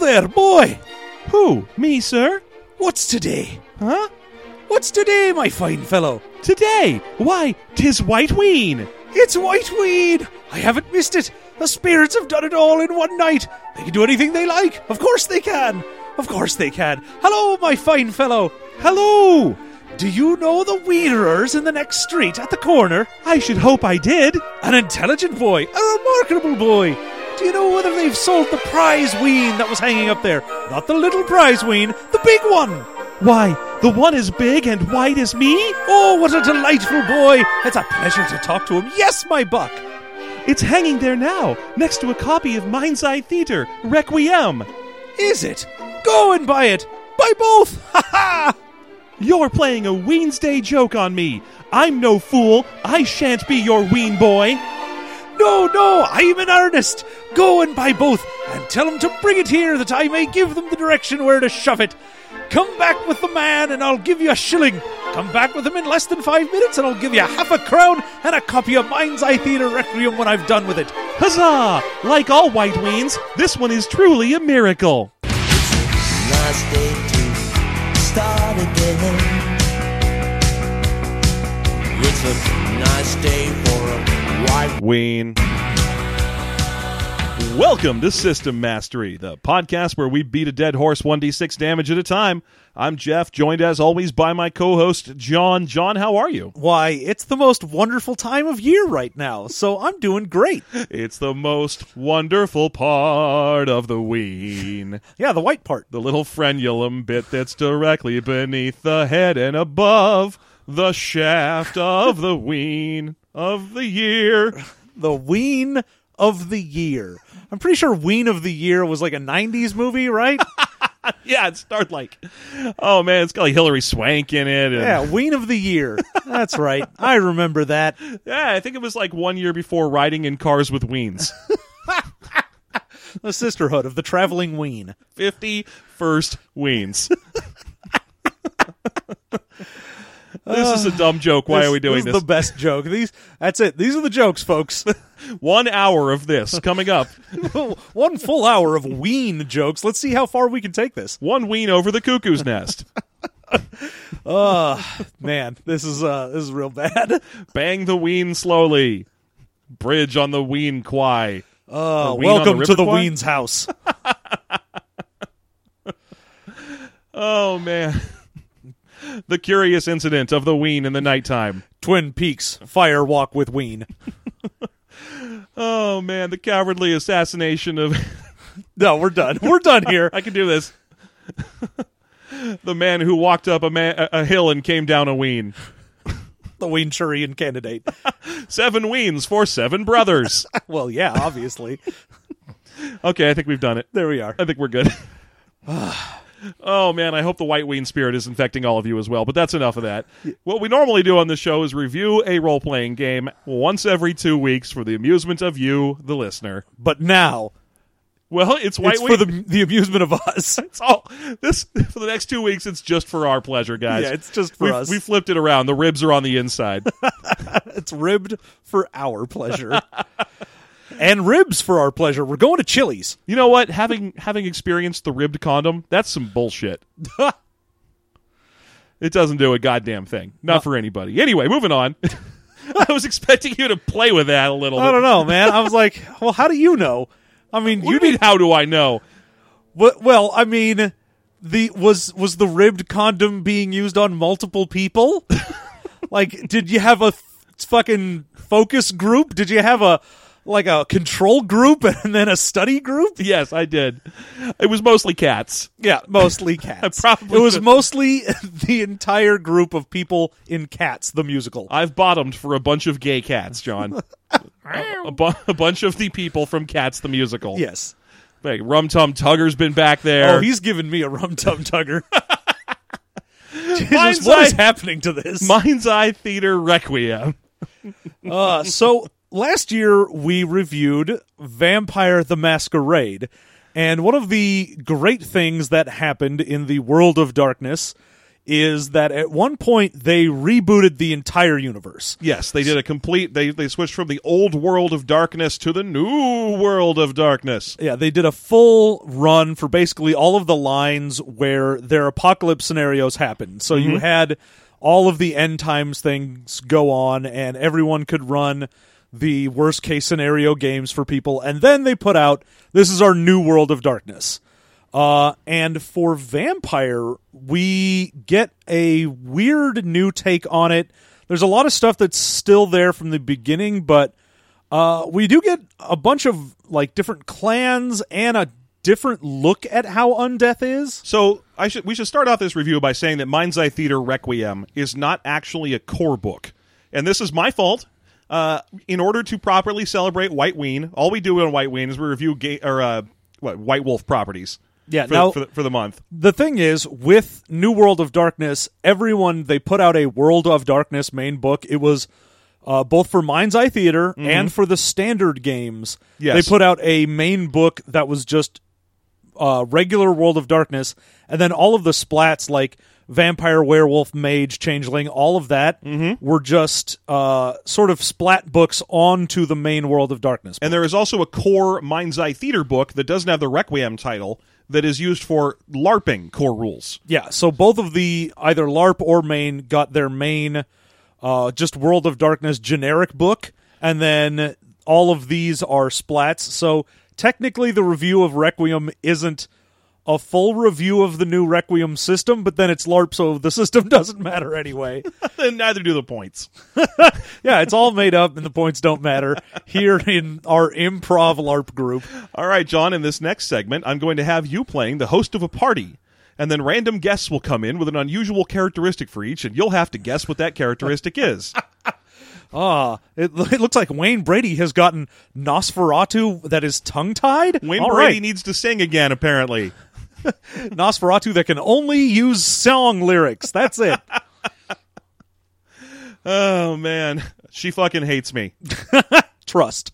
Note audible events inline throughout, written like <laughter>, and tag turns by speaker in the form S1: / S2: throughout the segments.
S1: there, boy!
S2: Who? Me, sir?
S1: What's today?
S2: Huh?
S1: What's today, my fine fellow?
S2: Today! Why, tis White Ween!
S1: It's white weed! I haven't missed it! The spirits have done it all in one night! They can do anything they like! Of course they can! Of course they can! Hello, my fine fellow!
S2: Hello!
S1: Do you know the weederers in the next street at the corner?
S2: I should hope I did!
S1: An intelligent boy, a remarkable boy. Do you know whether they've sold the prize ween that was hanging up there? Not the little prize ween, the big one.
S2: Why, the one is big and white as me?
S1: Oh, what a delightful boy! It's a pleasure to talk to him. Yes, my buck.
S2: It's hanging there now, next to a copy of Mind's Eye Theater, Requiem.
S1: Is it? Go and buy it. Buy
S2: <laughs>
S1: both. Ha ha.
S2: You're playing a Weensday joke on me. I'm no fool. I shan't be your ween boy.
S1: No, no, I'm in earnest. Go and buy both, and tell them to bring it here that I may give them the direction where to shove it. Come back with the man, and I'll give you a shilling. Come back with him in less than five minutes, and I'll give you half a crown and a copy of Mind's Eye Theatre Requiem when I've done with it.
S2: Huzzah! Like all white weens, this one is truly a miracle.
S3: Last day to start again. It's a nice day for a white
S2: Ween. Welcome to System Mastery, the podcast where we beat a dead horse 1d6 damage at a time. I'm Jeff, joined as always by my co host, John. John, how are you?
S1: Why, it's the most wonderful time of year right now, so I'm doing great.
S2: It's the most wonderful part of the ween.
S1: Yeah, the white part.
S2: The little frenulum bit that's directly beneath the head and above the shaft of the ween of the year.
S1: The Ween of the Year. I'm pretty sure Ween of the Year was like a 90s movie,
S2: <laughs>
S1: right?
S2: Yeah, it's start like. Oh man, it's got like Hillary Swank in it. And
S1: yeah, Ween of the Year. That's right. I remember that.
S2: Yeah, I think it was like one year before riding in cars with <laughs> weens.
S1: The Sisterhood of the Traveling Ween.
S2: 50 first <laughs> weens. this is a dumb joke. Why are we
S1: this?
S2: doing this?
S1: is the best joke. These that's it. These are the jokes, folks. <laughs>
S2: One hour of this coming <laughs> up.
S1: One full hour of ween jokes. Let's see how far we can take this.
S2: One ween over the cuckoo's nest.
S1: Uh man, this is uh this is real bad.
S2: Bang the ween slowly. Bridge on the ween quay.
S1: Uh,
S2: The ween on
S1: welcome
S2: the
S1: to the
S2: Riverquay?
S1: ween's house.
S2: Oh man. <laughs> The curious incident of the ween in the nighttime.
S1: Twin Peaks Fire Walk with Ween.
S2: Oh man, the cowardly assassination of
S1: No, we're done. We're done here.
S2: I can do this. the man who walked up a, man, a, a hill and came down a ween.
S1: The Ween Churian candidate.
S2: Seven weens for seven brothers.
S1: Well, yeah, obviously.
S2: okay, I think we've done it.
S1: There we are.
S2: I think we're good. <sighs> oh man, I hope the white ween spirit is infecting all of you as well. But that's enough of that. What we normally do on the show is review a role playing game once every two weeks for the amusement of you, the listener.
S1: But now
S2: Well, it's white
S1: it's
S2: ween.
S1: for the the amusement of us. <laughs>
S2: <laughs> it's all this for the next two weeks. It's just for our pleasure, guys.
S1: Yeah, it's just for
S2: we
S1: us.
S2: we flipped it around. The ribs are on the inside.
S1: It's ribbed for our pleasure. and ribs for our pleasure. We're going to Chili's.
S2: You know what? Having having experienced the ribbed condom, that's some
S1: <laughs>
S2: bullshit. it doesn't do a goddamn thing. Not for anybody. Anyway, moving on. <laughs> I was expecting you to play with that a little.
S1: I don't
S2: bit.
S1: know, man. I was like, well, how do you know? I mean, you
S2: You need. How do I know?
S1: But well, I mean, the was was the ribbed condom being used on multiple <laughs> people? like, did you have a f- fucking focus group? Did you have a like a control group <laughs> and then a study group?
S2: Yes, I did. It was mostly cats.
S1: Yeah, <laughs> mostly cats.
S2: probably
S1: it was
S2: would.
S1: mostly <laughs> the entire group of people in Cats the musical.
S2: I've bottomed for a bunch of gay cats,
S1: <laughs>
S2: John. a, a bu- a bunch of the people from Cats the musical.
S1: yes.
S2: Like, Rum Tum Tugger's been back there.
S1: Oh, he's giving me a rum tum tugger. <laughs>
S2: Mind's
S1: Jesus, what is
S2: Eye-
S1: happening to this?
S2: Mind's Eye Theater Requiem.
S1: Uh, so last year we reviewed Vampire the Masquerade, and one of the great things that happened in the world of darkness is that at one point they rebooted the entire universe.
S2: Yes, they did a complete. They they switched from the old world of darkness to the new world of darkness.
S1: Yeah, they did a full run for basically all of the lines where their apocalypse scenarios happened. So you had all of the end times things go on, and everyone could run the worst case scenario games for people. And then they put out this is our new world of darkness. Uh, and for Vampire, we get a weird new take on it. There's a lot of stuff that's still there from the beginning, but uh, we do get a bunch of like different clans and a different look at how undeath is.
S2: So I should we should start off this review by saying that Mind's Eye Theater Requiem is not actually a core book, and this is my fault. Uh, in order to properly celebrate White Ween, all we do on White Ween is we review ga- or uh, what White Wolf properties.
S1: Yeah,
S2: for,
S1: now-
S2: for, the, for the month.
S1: The thing is, with New World of Darkness, everyone they put out a World of Darkness main book. It was uh, both for Mind's Eye Theater and for the standard games.
S2: Yes.
S1: They put out a main book that was just uh, regular World of Darkness, and then all of the splats like vampire, werewolf, mage, changeling, all of that were just uh, sort of splat books onto the main World of Darkness.
S2: And there is also a core Mind's Eye Theater book that doesn't have the Requiem title that is used for LARPing core rules. <laughs>
S1: Yeah, so both of the either LARP or main got their main uh, just World of Darkness generic book, and then all of these are splats. So technically, the review of Requiem isn't a full review of the new Requiem system, but then it's LARP, so the <laughs> system doesn't matter anyway.
S2: and neither do the points.
S1: yeah, it's all made up, and the points don't matter here in our improv LARP group.
S2: All right, John, in this next segment, I'm going to have you playing the host of a party. And then random guests will come in with an unusual characteristic for each, and you'll have to guess what that characteristic is.
S1: Ah, it, <laughs> it looks like Wayne Brady has gotten Nosferatu that is tongue tied.
S2: Wayne Brady needs to sing again, apparently.
S1: Nosferatu that can only use song lyrics. That's
S2: <laughs>
S1: it.
S2: Oh, man. She fucking hates me. <laughs>
S1: Trust.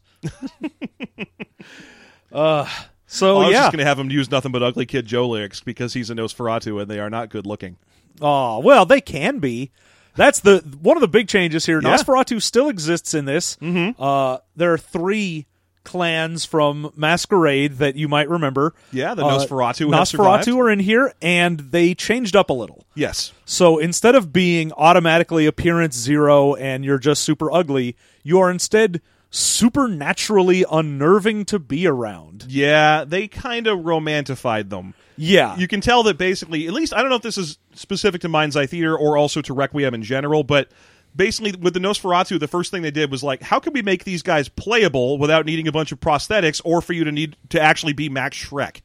S1: uh, so
S2: Uh, I was
S1: Oh, yeah.
S2: just going to have him use nothing but Ugly Kid Joe lyrics because he's a Nosferatu and they are not good looking.
S1: Aw, well, they can be. That's the one of the big changes here.
S2: Yeah. Mm-hmm.
S1: Nosferatu still exists in this. Uh, there are three clans from Masquerade that you might remember.
S2: Yeah, the
S1: Uh,
S2: Nosferatu have survived.
S1: Nosferatu are in here, and they changed up a little.
S2: Yes.
S1: So instead of being automatically appearance zero and you're just super ugly, you are instead supernaturally unnerving to be around.
S2: Yeah, they kind of romantified them.
S1: Yeah.
S2: You can tell that basically, at least I don't know if this is specific to Mind's Eye Theater or also to Requiem in general, but basically with the Nosferatu, the first thing they did was like, how can we make these guys playable without needing a bunch of prosthetics or for you to need to actually be Max Shrek?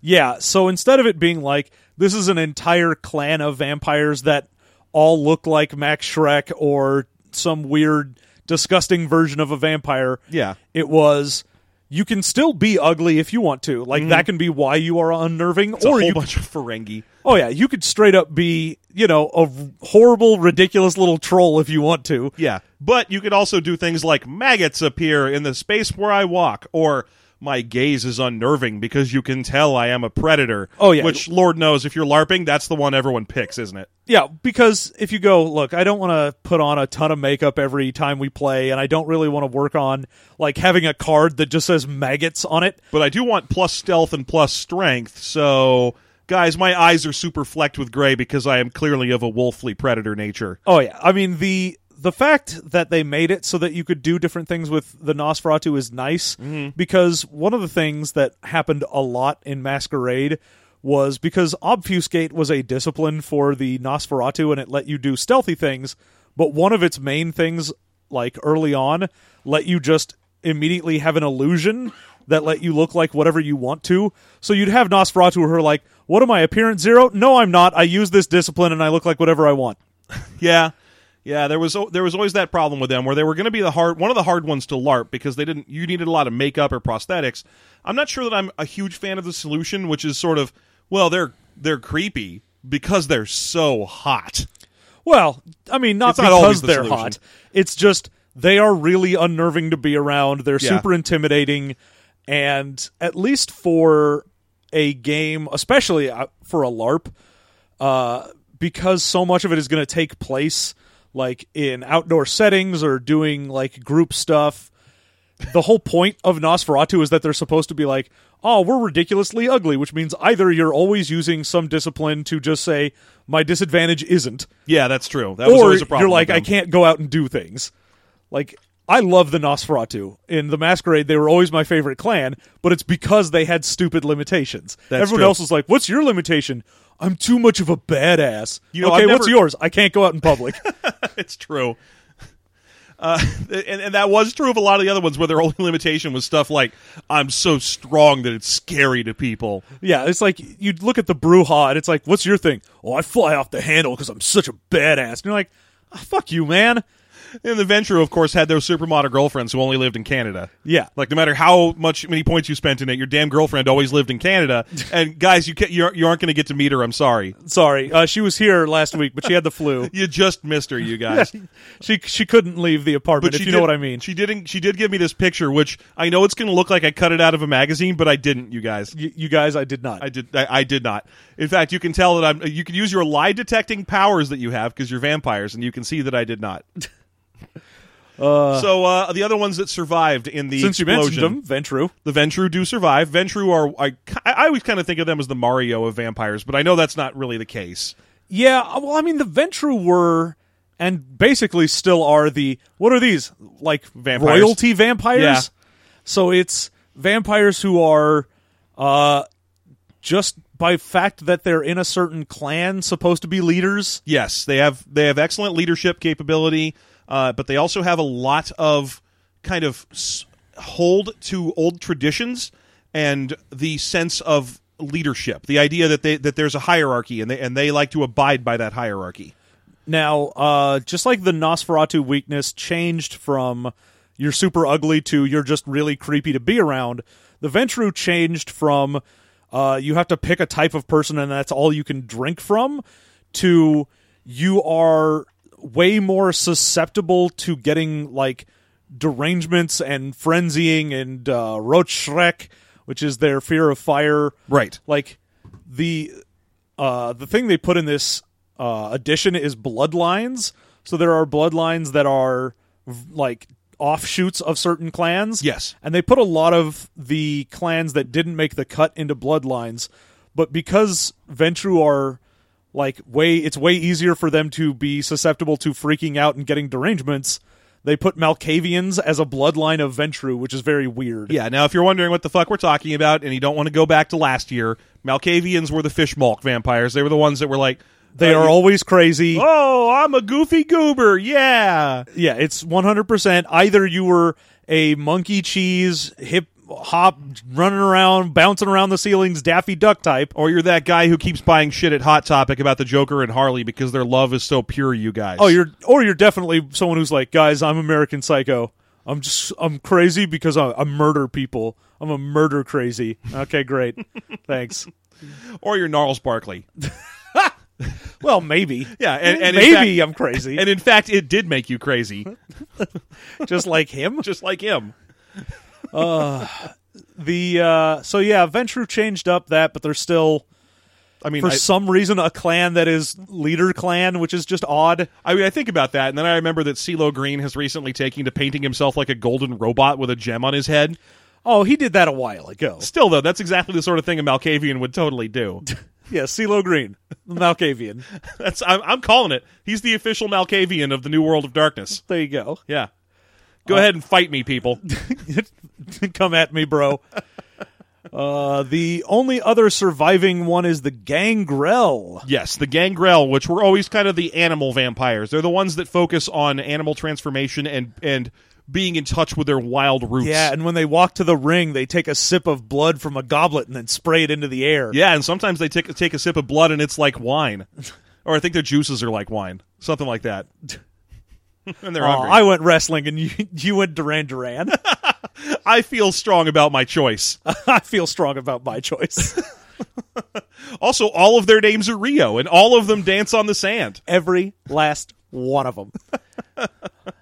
S1: yeah. So instead of it being like, this is an entire clan of vampires that all look like Max Shrek or some weird, disgusting version of a vampire.
S2: Yeah.
S1: It was. You can still be ugly if you want to. Like that can be why you are unnerving,
S2: Mm-hmm. It's a
S1: or
S2: whole
S1: you
S2: bunch of Ferengi.
S1: Oh yeah, you could straight up be, you know, a r- horrible, ridiculous little troll if you want to.
S2: Yeah. But you could also do things like maggots appear in the space where I walk or my gaze is unnerving because you can tell I am a predator.
S1: Oh, yeah.
S2: Which, Lord knows, if you're LARPing, that's the one everyone picks, isn't it?
S1: Yeah, because if you go, look, I don't want to put on a ton of makeup every time we play, and I don't really want to work on like having a card that just says maggots on it.
S2: but I do want plus stealth and plus strength. So, guys, my eyes are super flecked with gray because I am clearly of a wolfly predator nature.
S1: Oh yeah, I mean the the fact that they made it so that you could do different things with the Nosferatu is nice because one of the things that happened a lot in Masquerade was because obfuscate was a discipline for the Nosferatu and it let you do stealthy things, but one of its main things like early on let you just immediately have an illusion that let you look like whatever you want to. So you'd have Nosferatu who are like, "What am I? Appearance zero? No, I'm not. I use this discipline and I look like whatever I want."
S2: Yeah, yeah. There was there was always that problem with them where they were going to be the hard one of the hard ones to LARP because they didn't. You needed a lot of makeup or prosthetics. I'm not sure that I'm a huge fan of the solution, which is sort of well, they're they're creepy because they're so hot.
S1: Well, I mean, not
S2: It's not
S1: because
S2: always the
S1: they're
S2: solution.
S1: hot. It's just they are really unnerving to be around. They're
S2: Yeah.
S1: super intimidating, and at least for a game, especially uh, for a LARP, uh, because so much of it is going to take place like in outdoor settings or doing like group stuff. The whole point of Nosferatu is that they're supposed to be like, "Oh, we're ridiculously ugly," which means either you're always using some discipline to just say my disadvantage isn't,
S2: Yeah, that's true. That was
S1: or
S2: always a problem.
S1: you're like,
S2: with
S1: I
S2: them.
S1: can't go out and do things. Like, I love the Nosferatu. In the Masquerade, they were always my favorite clan, but it's because they had stupid limitations.
S2: That's
S1: Everyone
S2: true.
S1: else was like, "What's your limitation?" I'm too much of a badass.
S2: You know,
S1: okay,
S2: I've
S1: what's
S2: never-
S1: yours? I can't go out in
S2: <laughs>
S1: public.
S2: it's true. Uh, and, and that was true of a lot of the other ones where their only limitation was stuff like, I'm so strong that it's scary to people.
S1: yeah, it's like you look at the Bruja and it's like, "What's your thing?" Oh, I fly off the handle because I'm such a badass. And you're like, "Ah, "Fuck you, man."
S2: And the Venture, of course, had those supermodel girlfriends who only lived in Canada.
S1: Yeah.
S2: Like, no matter how much many points you spent in it, your damn girlfriend always lived
S1: <laughs>
S2: in Canada. and guys, you, can't, you aren't- you aren't going to get to meet her. I'm sorry.
S1: Sorry, uh, she was here last week, but she had the
S2: <laughs>
S1: flu.
S2: You just missed
S1: <laughs>
S2: her, you guys.
S1: She she couldn't leave the apartment.
S2: But
S1: if
S2: she
S1: you know
S2: did-
S1: what I mean.
S2: She didn't. She did give me this picture, which I know it's going to look like I cut it out of a magazine, but I didn't. You guys,
S1: Y- you guys, I did not.
S2: I did. I, I did not. In fact, you can tell that I'm. You can use your lie detecting powers that you have because you're vampires, and you can see that I did
S1: <laughs>
S2: not. so uh, the other ones that survived in the
S1: Since you
S2: explosion,
S1: mentioned them, Ventru.
S2: the Ventru do survive. Ventru are. I, I always kind of think of them as the Mario of vampires, but I know that's not really the case.
S1: Yeah, uh, well, I mean, the Ventru were and basically still are the what are these like
S2: Vampires.
S1: royalty vampires?
S2: Yeah.
S1: So it's vampires who are uh, just by fact that they're in a certain clan supposed to be leaders.
S2: Yes, they have they have excellent leadership capability, uh, but they also have a lot of kind of s- hold to old traditions and the sense of leadership. The idea that they that there's a hierarchy and they and they like to abide by that hierarchy.
S1: Now, uh, just like the Nosferatu weakness changed from you're super ugly to you're just really creepy to be around, the Ventru changed from uh, you have to pick a type of person and that's all you can drink from to you are way more susceptible to getting like derangements and frenzying and uh, Rotschreck, which is their fear of fire
S2: Right.
S1: like the uh the thing they put in this uh edition is bloodlines so there are bloodlines that are v- like offshoots of certain clans
S2: Yes.
S1: and they put a lot of the clans that didn't make the cut into bloodlines but because ventru are like way it's way easier for them to be susceptible to freaking out and getting derangements they put malkavians as a bloodline of ventru which is very weird
S2: Yeah. Now, if you're wondering what the fuck we're talking about, and you don't want to go back to last year, Malkavians were the fishmulk vampires. They were the ones that were like
S1: they
S2: uh,
S1: are always crazy
S2: Oh, I'm a goofy goober. Yeah.
S1: Yeah, it's 100%. Either you were a monkey cheese, hip hop, running around, bouncing around the ceilings, Daffy Duck type.
S2: Or you're that guy who keeps buying shit at Hot Topic about the Joker and Harley because their love is so pure, you guys.
S1: Oh, you're or you're definitely someone who's like, guys, I'm American Psycho. I'm just I'm crazy because I, I murder people. I'm a murder crazy. Okay, great, <laughs> thanks.
S2: or you're Gnarls Barkley.
S1: Well, maybe.
S2: Yeah, and- and in
S1: maybe
S2: fact-
S1: I'm crazy,
S2: And in fact, it did make you crazy,
S1: just <laughs> like him.
S2: just like him.
S1: The uh, so yeah, Ventru changed up that, but they're still
S2: I mean,
S1: for
S2: I,
S1: some reason a clan that is leader clan, which is just odd.
S2: I mean, I think about that, and then I remember that CeeLo Green has recently taken to painting himself like a golden robot with a gem on his head.
S1: Oh, he did that a while
S2: <laughs>
S1: ago.
S2: Still, though, that's exactly the sort of thing a Malkavian would
S1: <laughs>
S2: totally do.
S1: Yeah, CeeLo Green, the Malkavian.
S2: That's I'm, I'm calling it. He's the official Malkavian of the New World of Darkness.
S1: There you go. <laughs>
S2: Yeah.
S1: Uh,
S2: Go ahead and fight me, people.
S1: Come at me, bro. Uh, the only other surviving one is the Gangrel.
S2: Yes, the Gangrel, which were always kind of the animal vampires. They're the ones that focus on animal transformation and and being in touch with their wild roots.
S1: Yeah, and when they walk to the ring, they take a sip of blood from a goblet and then spray it into the air.
S2: yeah, and sometimes they take take a sip of blood and it's
S1: <laughs>
S2: like wine, or I think their juices are like wine, something like that. and they're
S1: Aw,
S2: hungry.
S1: Uh, I went wrestling and you, <laughs> you went Duran Duran. <laughs>
S2: I, feel strong about my choice.
S1: I feel strong about my
S2: <laughs>
S1: choice.
S2: also, all of their names are Rio, and all of them dance on the sand. <laughs>
S1: Every last one of them.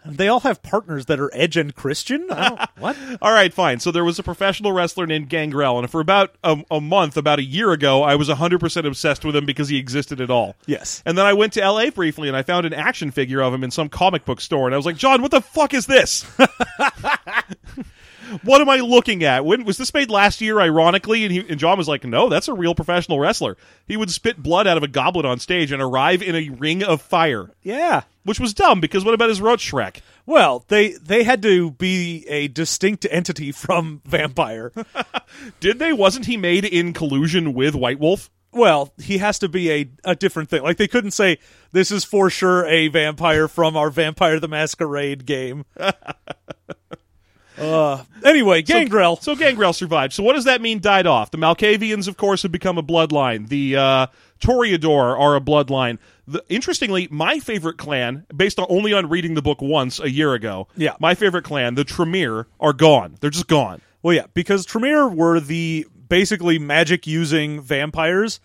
S1: And they all have partners that are Edge and Christian. I don't,
S2: <laughs>
S1: what?
S2: All right, fine. So there was a professional wrestler named Gangrel, and for about a, a month, about a year ago, I was 100% obsessed with him because he existed at all.
S1: Yes.
S2: And then I went to LA briefly and I found an action figure of him in some comic book store, and I was like, John, what the fuck is this? what am I looking at? When was this made last year? Ironically, and, he, and John was like, "No, that's a real professional wrestler. He would spit blood out of a goblet on stage and arrive in a ring of fire."
S1: Yeah.
S2: Which was dumb because what about his roach Shrek?
S1: Well, they they had to be a distinct entity from <laughs> vampire.
S2: Did they? Wasn't he made in collusion with White Wolf?
S1: well, he has to be a, a different thing. Like they couldn't say this is for sure a vampire from our Vampire the Masquerade
S2: <laughs>
S1: game. uh, anyway, Gangrel.
S2: So Gangrel survived. So what does that mean? Died off. The Malkavians, of course, have become a bloodline. The uh, Toreador are a bloodline. The, interestingly, my favorite clan, based on only on reading the book once a year ago,
S1: Yeah.
S2: my favorite clan, the Tremere, are gone. They're just gone.
S1: Well, yeah, because Tremere were the basically magic using vampires,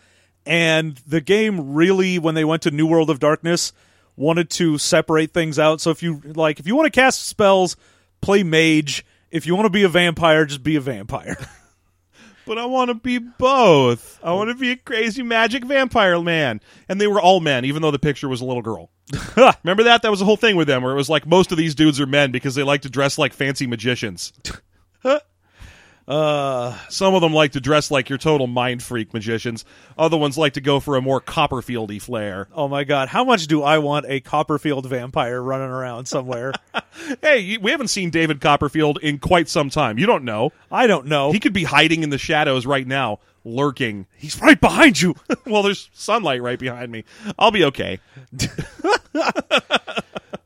S1: and the game really, when they went to New World of Darkness, wanted to separate things out. So if you like, if you want to cast spells, play mage. If you want to be a vampire, just be a
S2: <laughs>
S1: vampire.
S2: But I want to be both. I want to be a crazy magic vampire man. And they were all men, even though the picture was a little girl. <laughs> Remember that? That was the whole thing with them, where it was like most of these dudes are men because they like to dress like fancy magicians. <laughs>
S1: uh,
S2: Some of them like to dress like your total mind freak magicians. Other ones like to go for a more Copperfieldy flair.
S1: oh my god, how much do I want a Copperfield vampire running around somewhere?
S2: Hey, you- we haven't seen David Copperfield in quite some time. You don't know.
S1: I don't know.
S2: He could be hiding in the shadows right now, lurking.
S1: he's right behind you.
S2: <laughs> well, there's sunlight right behind me. I'll be okay.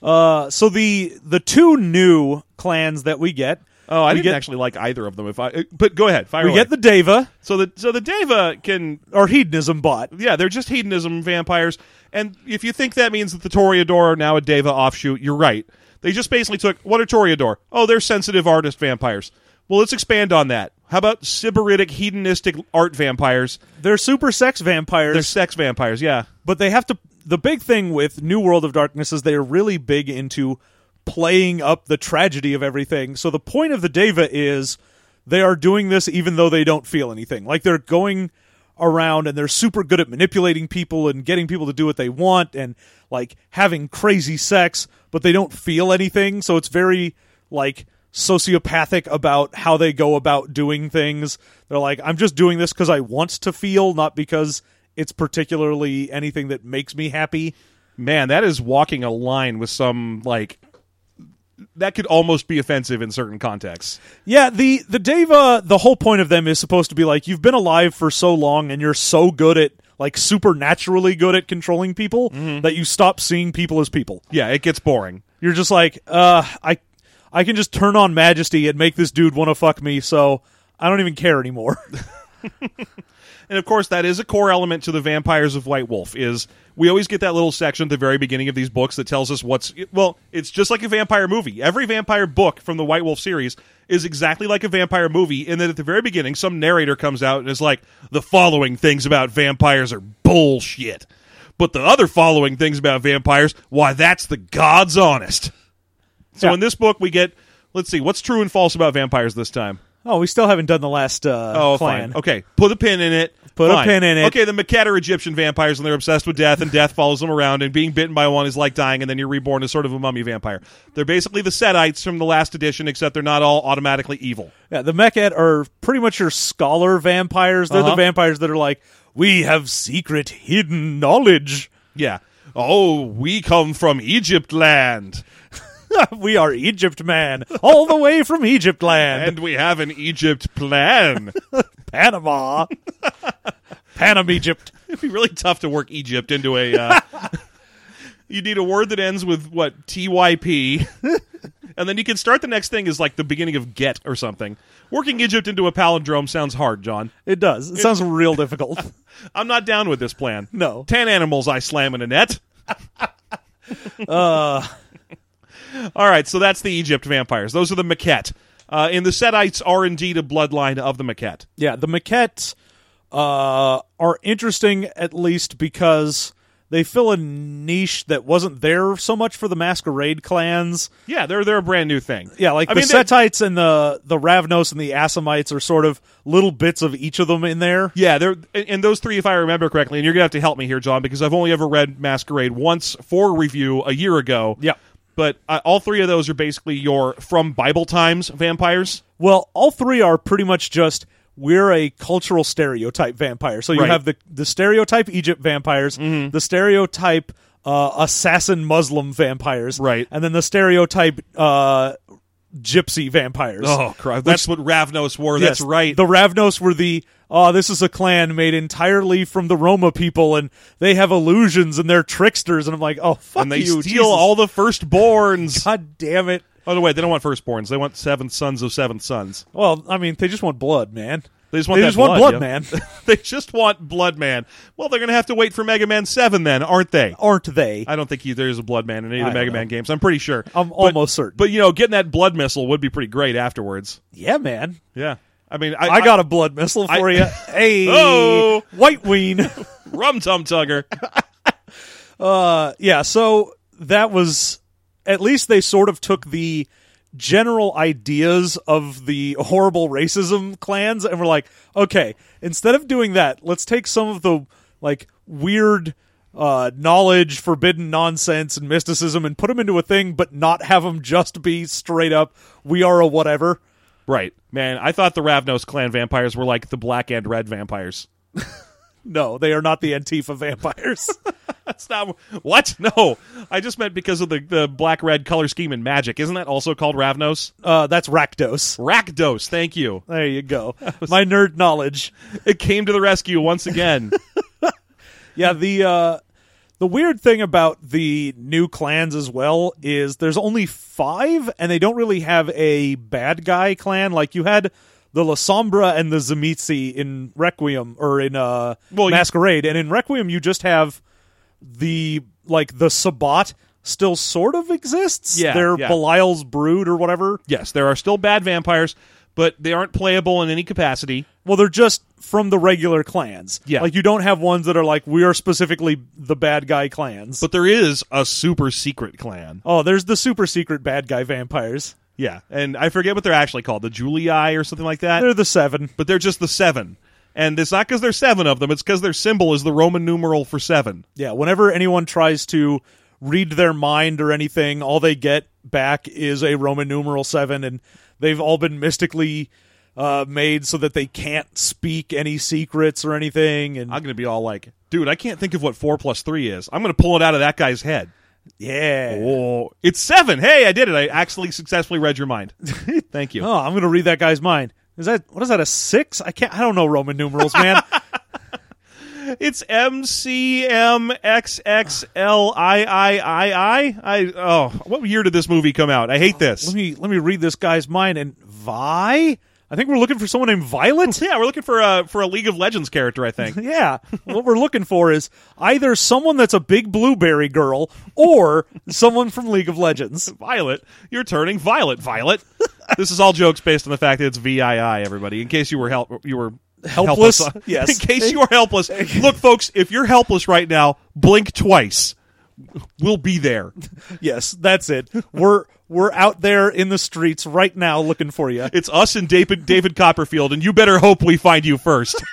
S1: Uh, so the the two new clans that we get,
S2: Oh, I
S1: We
S2: didn't
S1: get-
S2: actually like either of them. If I, uh, but go ahead, fire
S1: we
S2: away.
S1: get the Deva
S2: so the so the Deva can,
S1: or hedonism bot.
S2: yeah, they're just hedonism vampires. And if you think that means that the Toreador are now a Deva offshoot, you're right. They just basically took what are Toreador? Oh, they're sensitive artist vampires. Well, let's expand on that. How about sybaritic hedonistic art vampires?
S1: They're super sex vampires,
S2: They're sex vampires. Yeah,
S1: but they have to. The big thing with New World of Darkness is they are really big into playing up the tragedy of everything. So the point of the Deva is they are doing this even though they don't feel anything. Like they're going around and they're super good at manipulating people and getting people to do what they want and like having crazy sex, but they don't feel anything. So it's very like sociopathic about how they go about doing things. They're like, I'm just doing this because I want to feel, not because it's particularly anything that makes me happy.
S2: man, that is walking a line with some like that could almost be offensive in certain contexts.
S1: Yeah, the the Deva, the whole point of them is supposed to be like you've been alive for so long and you're so good at like supernaturally good at controlling people
S2: Mm-hmm.
S1: that you stop seeing people as people.
S2: Yeah, it gets boring.
S1: You're just like, uh, I I can just turn on majesty and make this dude want to fuck me, so I don't even care anymore. <laughs>
S2: And of course, that is a core element to the vampires of White Wolf. Is we always get that little section at the very beginning of these books that tells us what's well. It's just like a vampire movie. Every vampire book from the White Wolf series is exactly like a vampire movie. In that, at the very beginning, some narrator comes out and is like, "The following things about vampires are bullshit," but the other following things about vampires, why that's the God's honest. So
S1: Yeah.
S2: in this book, we get let's see what's true and false about vampires this time.
S1: oh, we still haven't done the last uh
S2: Oh,
S1: clan.
S2: fine. Okay, put a pin in it.
S1: Put a
S2: Fine.
S1: pin in it.
S2: Okay, the Maquette are Egyptian vampires, and they're obsessed with death, and death follows them around, and being bitten by one is like dying, and then you're reborn as sort of a mummy vampire. They're basically the Setites from the last edition, except they're not all automatically evil.
S1: Yeah, the Mechet are pretty much your scholar vampires. They're
S2: Uh-huh.
S1: the vampires that are like, we have secret hidden knowledge.
S2: Yeah. Oh, we come from Egypt land,
S1: <laughs> we are Egypt man, all the way from Egypt land,
S2: and we have an Egypt plan.
S1: <laughs> Panama, Panam Egypt.
S2: It'd be really tough to work Egypt into a.
S1: <laughs>
S2: Uh, you need a word that ends with what TYP, and then you can start the next thing is like the beginning of get or something. Working Egypt into a palindrome sounds hard, John.
S1: It does. It sounds real <laughs> difficult.
S2: I'm not down with this plan.
S1: No.
S2: ten animals I slam in a net. <laughs> Uh, All right, so that's the Egypt vampires. Those are the Maquette. Uh, and the Setites are indeed a bloodline of the Maquette.
S1: Yeah, the maquettes uh, are interesting at least because they fill a niche that wasn't there so much for the masquerade clans.
S2: Yeah, they're they're a brand new thing.
S1: Yeah, like
S2: I
S1: the
S2: mean, they-
S1: Setites and the the Ravnos and the Assamites are sort of little bits of each of them in there.
S2: Yeah, there and and those three, if I remember correctly, and you're gonna have to help me here, John, because I've only ever read Masquerade once for review a year ago.
S1: Yeah.
S2: but uh, all three of those are basically your from Bible times vampires.
S1: Well, all three are pretty much just we're a cultural stereotype vampire. So you
S2: Right. Mm-hmm.
S1: have the the stereotype Egypt vampires, the stereotype uh, assassin Muslim vampires,
S2: Right.
S1: and then the stereotype uh, gypsy vampires.
S2: Oh, Christ, that's what Ravnos wore.
S1: Yes,
S2: That's right.
S1: The Ravnos were the oh, this is a clan made entirely from the Roma people, and they have illusions and they're tricksters. And I'm like, oh fuck
S2: and they
S1: you,
S2: steal
S1: Jesus.
S2: all the <laughs> firstborns.
S1: God damn it!
S2: Oh no, wait, they don't want firstborns. They want seventh sons of seventh sons.
S1: Well, I mean, they just want blood, man.
S2: They just want
S1: they
S2: that
S1: just want blood,
S2: blood, yeah.
S1: man.
S2: <laughs> <laughs> they just want Blood Man. Well, they're gonna have to wait for Mega Man Seven, then, aren't they?
S1: Aren't they?
S2: I don't think he, there's a Blood Man in any of
S1: I
S2: the
S1: don't
S2: Mega
S1: know.
S2: Man games. I'm pretty sure.
S1: I'm
S2: But-
S1: almost certain.
S2: But you know, getting that blood missile would be pretty great afterwards.
S1: yeah, man.
S2: Yeah. I mean, I,
S1: I, got a blood missile
S2: I-
S1: for you. <laughs> hey,
S2: Oh.
S1: white ween. <laughs>
S2: rum tum tugger.
S1: Uh, yeah. So that was at least they sort of took the general ideas of the horrible racism clans and were like, okay, instead of doing that, let's take some of the like weird uh knowledge forbidden nonsense and mysticism and put them into a thing but not have them just be straight up we are a whatever
S2: <laughs> right, man. I thought the Ravnos clan vampires were like the black and red vampires.
S1: no they are not the antifa vampires <laughs>
S2: That's not what. <laughs> No, I just meant because of the the black red color scheme in Magic. Isn't that also called Ravnos?
S1: uh that's rakdos
S2: Rakdos. Thank you.
S1: there you
S2: <laughs>
S1: go my nerd knowledge
S2: It came to the rescue once <laughs> again.
S1: Yeah, the uh the weird thing about the new clans as well is there's only 5 and they don't really have a bad guy clan like you had the La Sombra and the Zamitsi in Requiem or in uh
S2: Well, you-
S1: Masquerade and in Requiem you just have the like the Sabat still sort of exists.
S2: Yeah,
S1: They're
S2: yeah.
S1: Belial's brood or whatever.
S2: yes, there are still bad vampires, but they aren't playable in any capacity.
S1: Well, they're just from the regular clans.
S2: Yeah.
S1: Like you don't have ones that are like we are specifically the bad guy clans.
S2: But there is a super secret clan.
S1: Oh, there's the super secret bad guy vampires.
S2: Yeah, and I forget what they're actually called, the Julii or something like that.
S1: They're the seven.
S2: but they're just the seven. And it's not because there's seven of them; it's because their symbol is the Roman numeral for seven.
S1: Yeah, whenever anyone tries to read their mind or anything, all they get back is a Roman numeral seven, and they've all been mystically uh, made so that they can't speak any secrets or anything. And
S2: I'm gonna be all like, "Dude, I can't think of what four plus three is. I'm gonna pull it out of that guy's head."
S1: yeah.
S2: Oh, it's seven. Hey, I did it. I actually successfully read your mind. Thank you.
S1: Oh, I'm gonna read that guy's mind. Is that what is that a six? I can't. I don't know Roman numerals,
S2: <laughs>
S1: man.
S2: It's M C M X X L I I I I. I oh, what year did this movie come out? I hate this.
S1: let me let me read this guy's mind. And Vi, I think we're looking for someone named
S2: <laughs>
S1: Violet.
S2: Yeah, we're looking for a for a League of Legends character.
S1: <laughs>
S2: I think.
S1: Yeah. What we're looking for is either someone that's a big blueberry girl or someone from League of Legends.
S2: Violet, you're turning
S1: <laughs>
S2: violet. Violet. this is all jokes based on the fact that it's VII. Everybody, in case you were help, you were
S1: Helpless? Yes.
S2: <laughs> In
S1: <laughs>
S2: case you are helpless. Look, folks, if you're helpless right now, blink twice. We'll be there.
S1: Yes, that's it. We're we're out there in the streets right now looking for you.
S2: It's us and David David Copperfield, and you better hope we find
S1: <laughs>
S2: you first.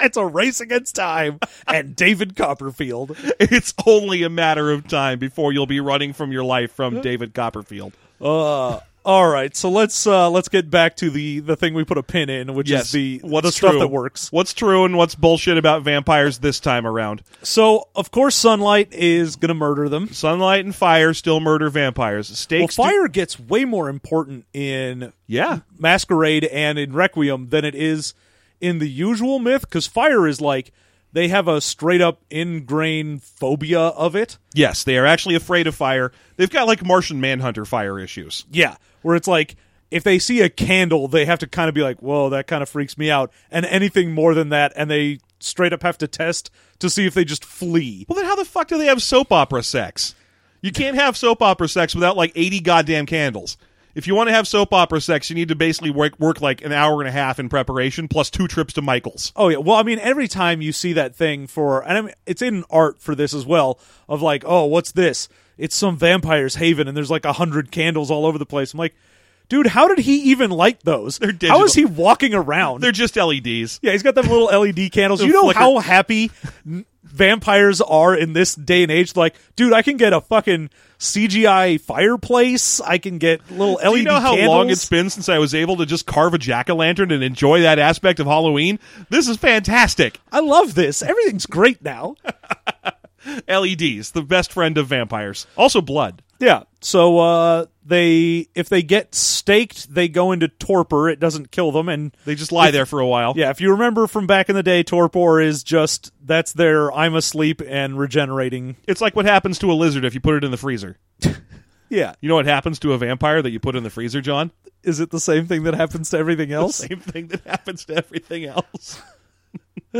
S1: It's a race against time and David Copperfield.
S2: it's only a matter of time before you'll be running from your life from David Copperfield.
S1: Uh all right, so let's uh let's get back to the the thing we put a pin in, which is the the stuff
S2: true.
S1: that works.
S2: What's true and what's bullshit about vampires this time around?
S1: So, of course, sunlight is gonna murder them.
S2: Sunlight and fire still murder vampires.
S1: Well,
S2: Stakes. do-
S1: fire gets way more important in
S2: yeah.
S1: Masquerade and in Requiem than it is in the usual myth because fire is like they have a straight up ingrained phobia of it.
S2: Yes, they are actually afraid of fire. They've got like Martian Manhunter fire issues.
S1: Yeah. Where it's like if they see a candle, they have to kind of be like, whoa, that kind of freaks me out. And anything more than that, and they straight up have to test to see if they just flee.
S2: Well, then how the fuck do they have soap opera sex? You can't have soap opera sex without like 80 goddamn candles. If you want to have soap opera sex, you need to basically work, work like an hour and a half in preparation, plus two trips to Michael's.
S1: Oh yeah. Well, I mean, every time you see that thing for, and I mean, it's in art for this as well. Of like, oh, what's this? It's some vampire's haven, and there's like a hundred candles all over the place. I'm like, dude, how did he even light those? They're How is he
S2: digital.
S1: walking around?
S2: They're just E LEDs.
S1: yeah, he's got them little LED candles. You know
S2: flicker.
S1: how happy n- vampires are in this day and age. Like, dude, I can get a fucking CGI fireplace. I can get little LED.
S2: Do you know how
S1: E candles.
S2: long it's been since I was able to just carve a jack o' lantern and enjoy that aspect of Halloween? This is fantastic.
S1: I love this. Everything's great now.
S2: LEDs, E the best friend of vampires. Also, blood.
S1: Yeah. So uh, they, if they get staked, they go into torpor. It doesn't kill them, and
S2: They just lie there for a while.
S1: yeah, if you remember from back in the day, torpor is just that's their I'm asleep and regenerating.
S2: It's like what happens to a lizard if you put it in the freezer.
S1: Yeah.
S2: You know what happens to a vampire that you put in the freezer, John?
S1: Is it the same thing that happens to everything else? <laughs>
S2: <laughs> Same thing that happens to everything else. <laughs>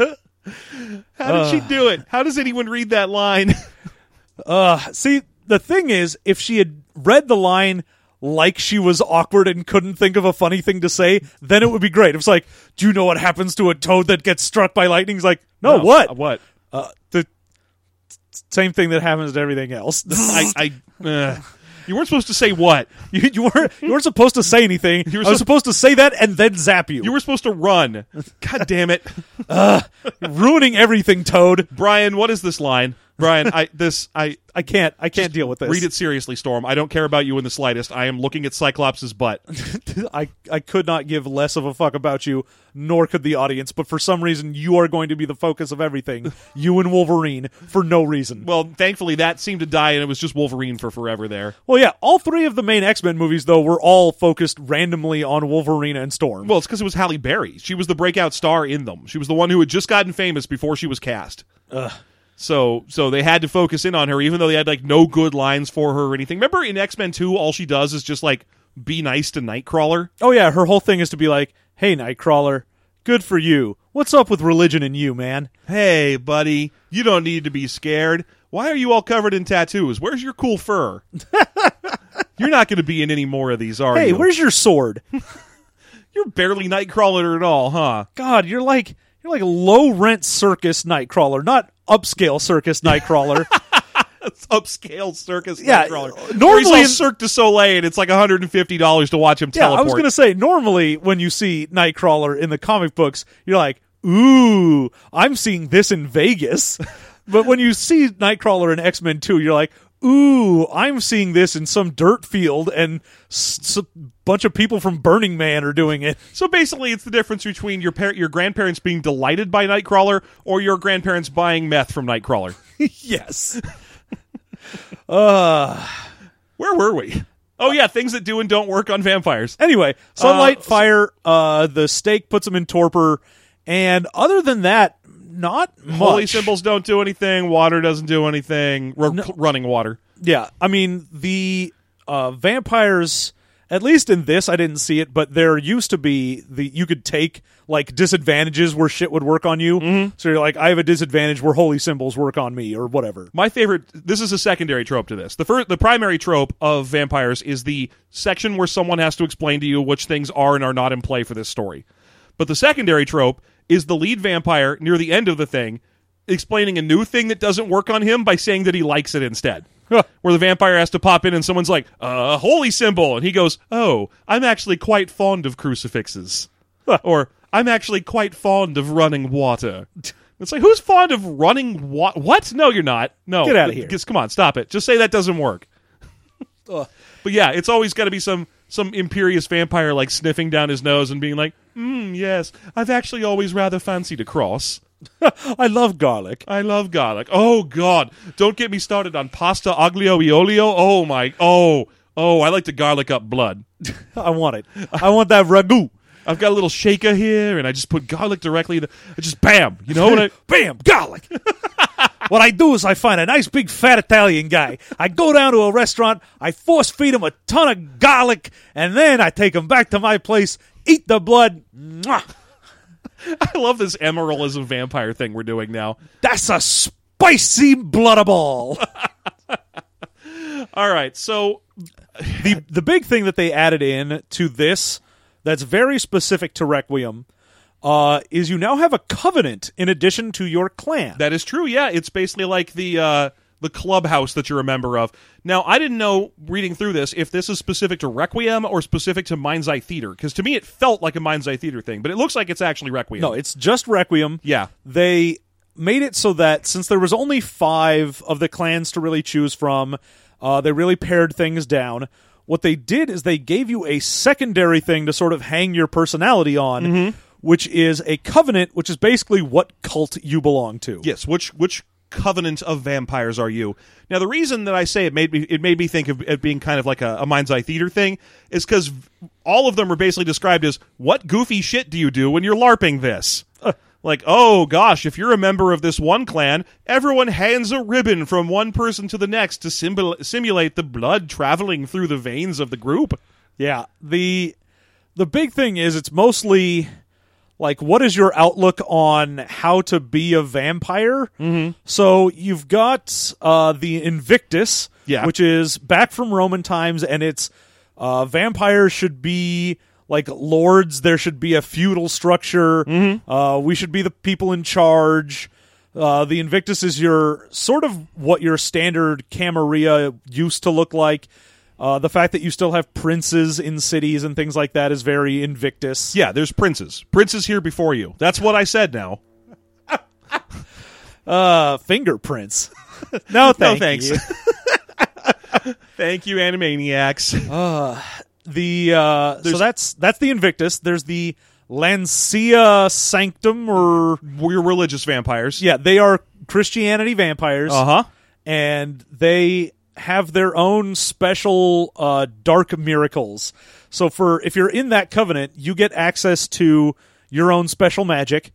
S2: How did she do it? How does anyone read
S1: <laughs>
S2: that line?
S1: Uh, see, the thing is, if she had read the line like she was awkward and couldn't think of a funny thing to say, then it would be great. It was like, do you know what happens to a toad that gets struck by lightning? It's like, no, Oh, what?
S2: What?
S1: uh, the same thing that happens to everything <laughs> else.
S2: I. I uh, you weren't supposed to say what.
S1: you, you weren't you weren't supposed to say anything.
S2: You were
S1: I was
S2: sup-
S1: supposed to say that and then zap you.
S2: You were supposed to run. God damn it,
S1: ruining everything, Toad.
S2: Brian. What is this line, Brian? I this I
S1: I can't. I can't deal with <laughs> this.
S2: read it seriously, Storm. I don't care about you in the slightest. I am looking at Cyclops' butt.
S1: <laughs> I I could not give less of a fuck about you, nor could the audience. But for some reason, you are going to be the focus of
S2: <laughs>
S1: everything. you and Wolverine for no reason.
S2: Well, thankfully that seemed to die, and it was just Wolverine for forever there.
S1: Well, yeah. All three of the main X Men movies, though, were all focused randomly on Wolverine and Storm.
S2: Well, it's because it was Halle Berry. She was the breakout star in them. She was the one who had just gotten famous before she was cast. So, so they had to focus in on her, even though they had like no good lines for her or anything. Remember in X Men Two, all she does is just like be nice to Nightcrawler.
S1: Oh yeah, her whole thing is to be like, "Hey, Nightcrawler, good for you. What's up with religion and you, man?
S2: Hey, buddy, you don't need to be scared. Why are you all covered in tattoos? Where's your cool fur? <laughs> You're not going to be in any more of these, are
S1: Hey,
S2: you?
S1: where's your sword?
S2: You're barely Nightcrawler at all, huh?
S1: God, you're like you're like low rent circus Nightcrawler, not upscale circus Nightcrawler.
S2: upscale circus
S1: Yeah, uh,
S2: Nightcrawler.
S1: normally
S2: Where he's all
S1: in-
S2: Cirque du Soleil, and it's like hundred and fifty dollars to watch him
S1: <laughs> yeah,
S2: teleport.
S1: I was gonna say normally when you see Nightcrawler in the comic books, you're like, ooh, I'm seeing this in Vegas. <laughs> but when you see Nightcrawler in X Men Two, you're like. Ooh, I'm seeing this in some dirt field, and s- s- bunch of people from Burning Man are doing it. <laughs>
S2: so basically, it's the difference between your par- your grandparents being delighted by Nightcrawler or your grandparents buying meth from Nightcrawler.
S1: yes. uh,
S2: Where were we? Oh yeah, things that do and don't work on vampires.
S1: Anyway, sunlight,
S2: Uh, so-
S1: fire, uh, the stake puts him in torpor, and other than that, not much.
S2: Holy symbols don't do anything. Water doesn't do anything. Ru- Running water.
S1: Yeah, I mean the uh, vampires. At least in this, I didn't see it, but there used to be the you could take like disadvantages where shit would work on you.
S2: Mm-hmm.
S1: So you're like, I have a disadvantage where holy symbols work on me, or whatever.
S2: My favorite. This is a secondary trope to this. The first, the primary trope of vampires is the section where someone has to explain to you which things are and are not in play for this story. But the secondary trope is the lead vampire near the end of the thing explaining a new thing that doesn't work on him by saying that he likes it instead.
S1: Huh.
S2: Where the vampire has to pop in and someone's like, "Uh, holy symbol," and he goes, "Oh, I'm actually quite fond of crucifixes," <laughs> or "I'm actually quite fond of running water." It's like, who's fond of running water? What? No, you're not. No,
S1: Get outta here.
S2: Just come on, stop it. Just say that
S1: <laughs>
S2: doesn't work. But yeah, it's always got to be some some imperious vampire like sniffing down his nose and being like, "Mm, yes, I've actually always rather fancied a cross."
S1: I love garlic.
S2: I love garlic. Oh God! Don't get me started on pasta aglio e olio. Oh my! Oh oh! I like to garlic up blood. <laughs>
S1: I want it. I want that ragu.
S2: I've got a little shaker here, and I just put garlic directly. In the, I just bam. You know what? I,
S1: bam, garlic. <laughs> what I do is I find a nice big fat Italian guy. I go down to a restaurant, I force feed him a ton of garlic, and then I take him back to my place, eat the blood. Mwah!
S2: I love this emerald as a vampire thing we're doing now.
S1: <laughs> That's a spicy blutterball.
S2: All right, so
S1: the the big thing that they added in to this that's very specific to Requiem uh, is you now have a covenant in addition to your clan.
S2: That is true. Yeah, it's basically like the uh, the clubhouse that you're a member of. Now, I didn't know reading through this if this is specific to Requiem or specific to Mind's Eye Theater because to me it felt like a Mind's Eye Theater thing, but it looks like it's actually Requiem.
S1: no, it's just Requiem.
S2: yeah,
S1: They made it so that since there was only five of the clans to really choose from, uh, they really pared things down. What they did is they gave you a secondary thing to sort of hang your personality on,
S2: Mm-hmm.
S1: which is a covenant, which is basically what cult you belong to.
S2: yes. Which which covenant of vampires are you? Now, the reason that I say it made me it made me think of it being kind of like a, a Mind's Eye Theater thing is because all of them are basically described as what goofy shit do you do when you're larping this. <laughs> Like, oh gosh, if you're a member of this one clan, everyone hands a ribbon from one person to the next to symbol- simulate the blood traveling through the veins of the group.
S1: Yeah. The the big thing is it's mostly like what is your outlook on how to be a vampire? Mm-hmm. So you've got uh, the Invictus,
S2: Yeah.
S1: which is back from Roman times, and it's uh, vampires should be like lords. There should be a feudal structure.
S2: Mm-hmm.
S1: Uh, we should be the people in charge. Uh, the Invictus is your sort of what your standard Camarilla used to look like. Uh, the fact that you still have princes in cities and things like that is very Invictus.
S2: Yeah, there's princes. Princes here before you. That's what I said now.
S1: Uh, fingerprints. <laughs>
S2: <laughs>
S1: no, thank
S2: thanks.
S1: you.
S2: Thank you, Animaniacs.
S1: The uh, so that's that's the Invictus. There's the Lancia Sanctum, or
S2: <laughs> We're religious vampires.
S1: yeah, they are Christianity vampires,
S2: Uh huh.
S1: and they have their own special uh, dark miracles. So for if you're in that covenant, you get access to your own special magic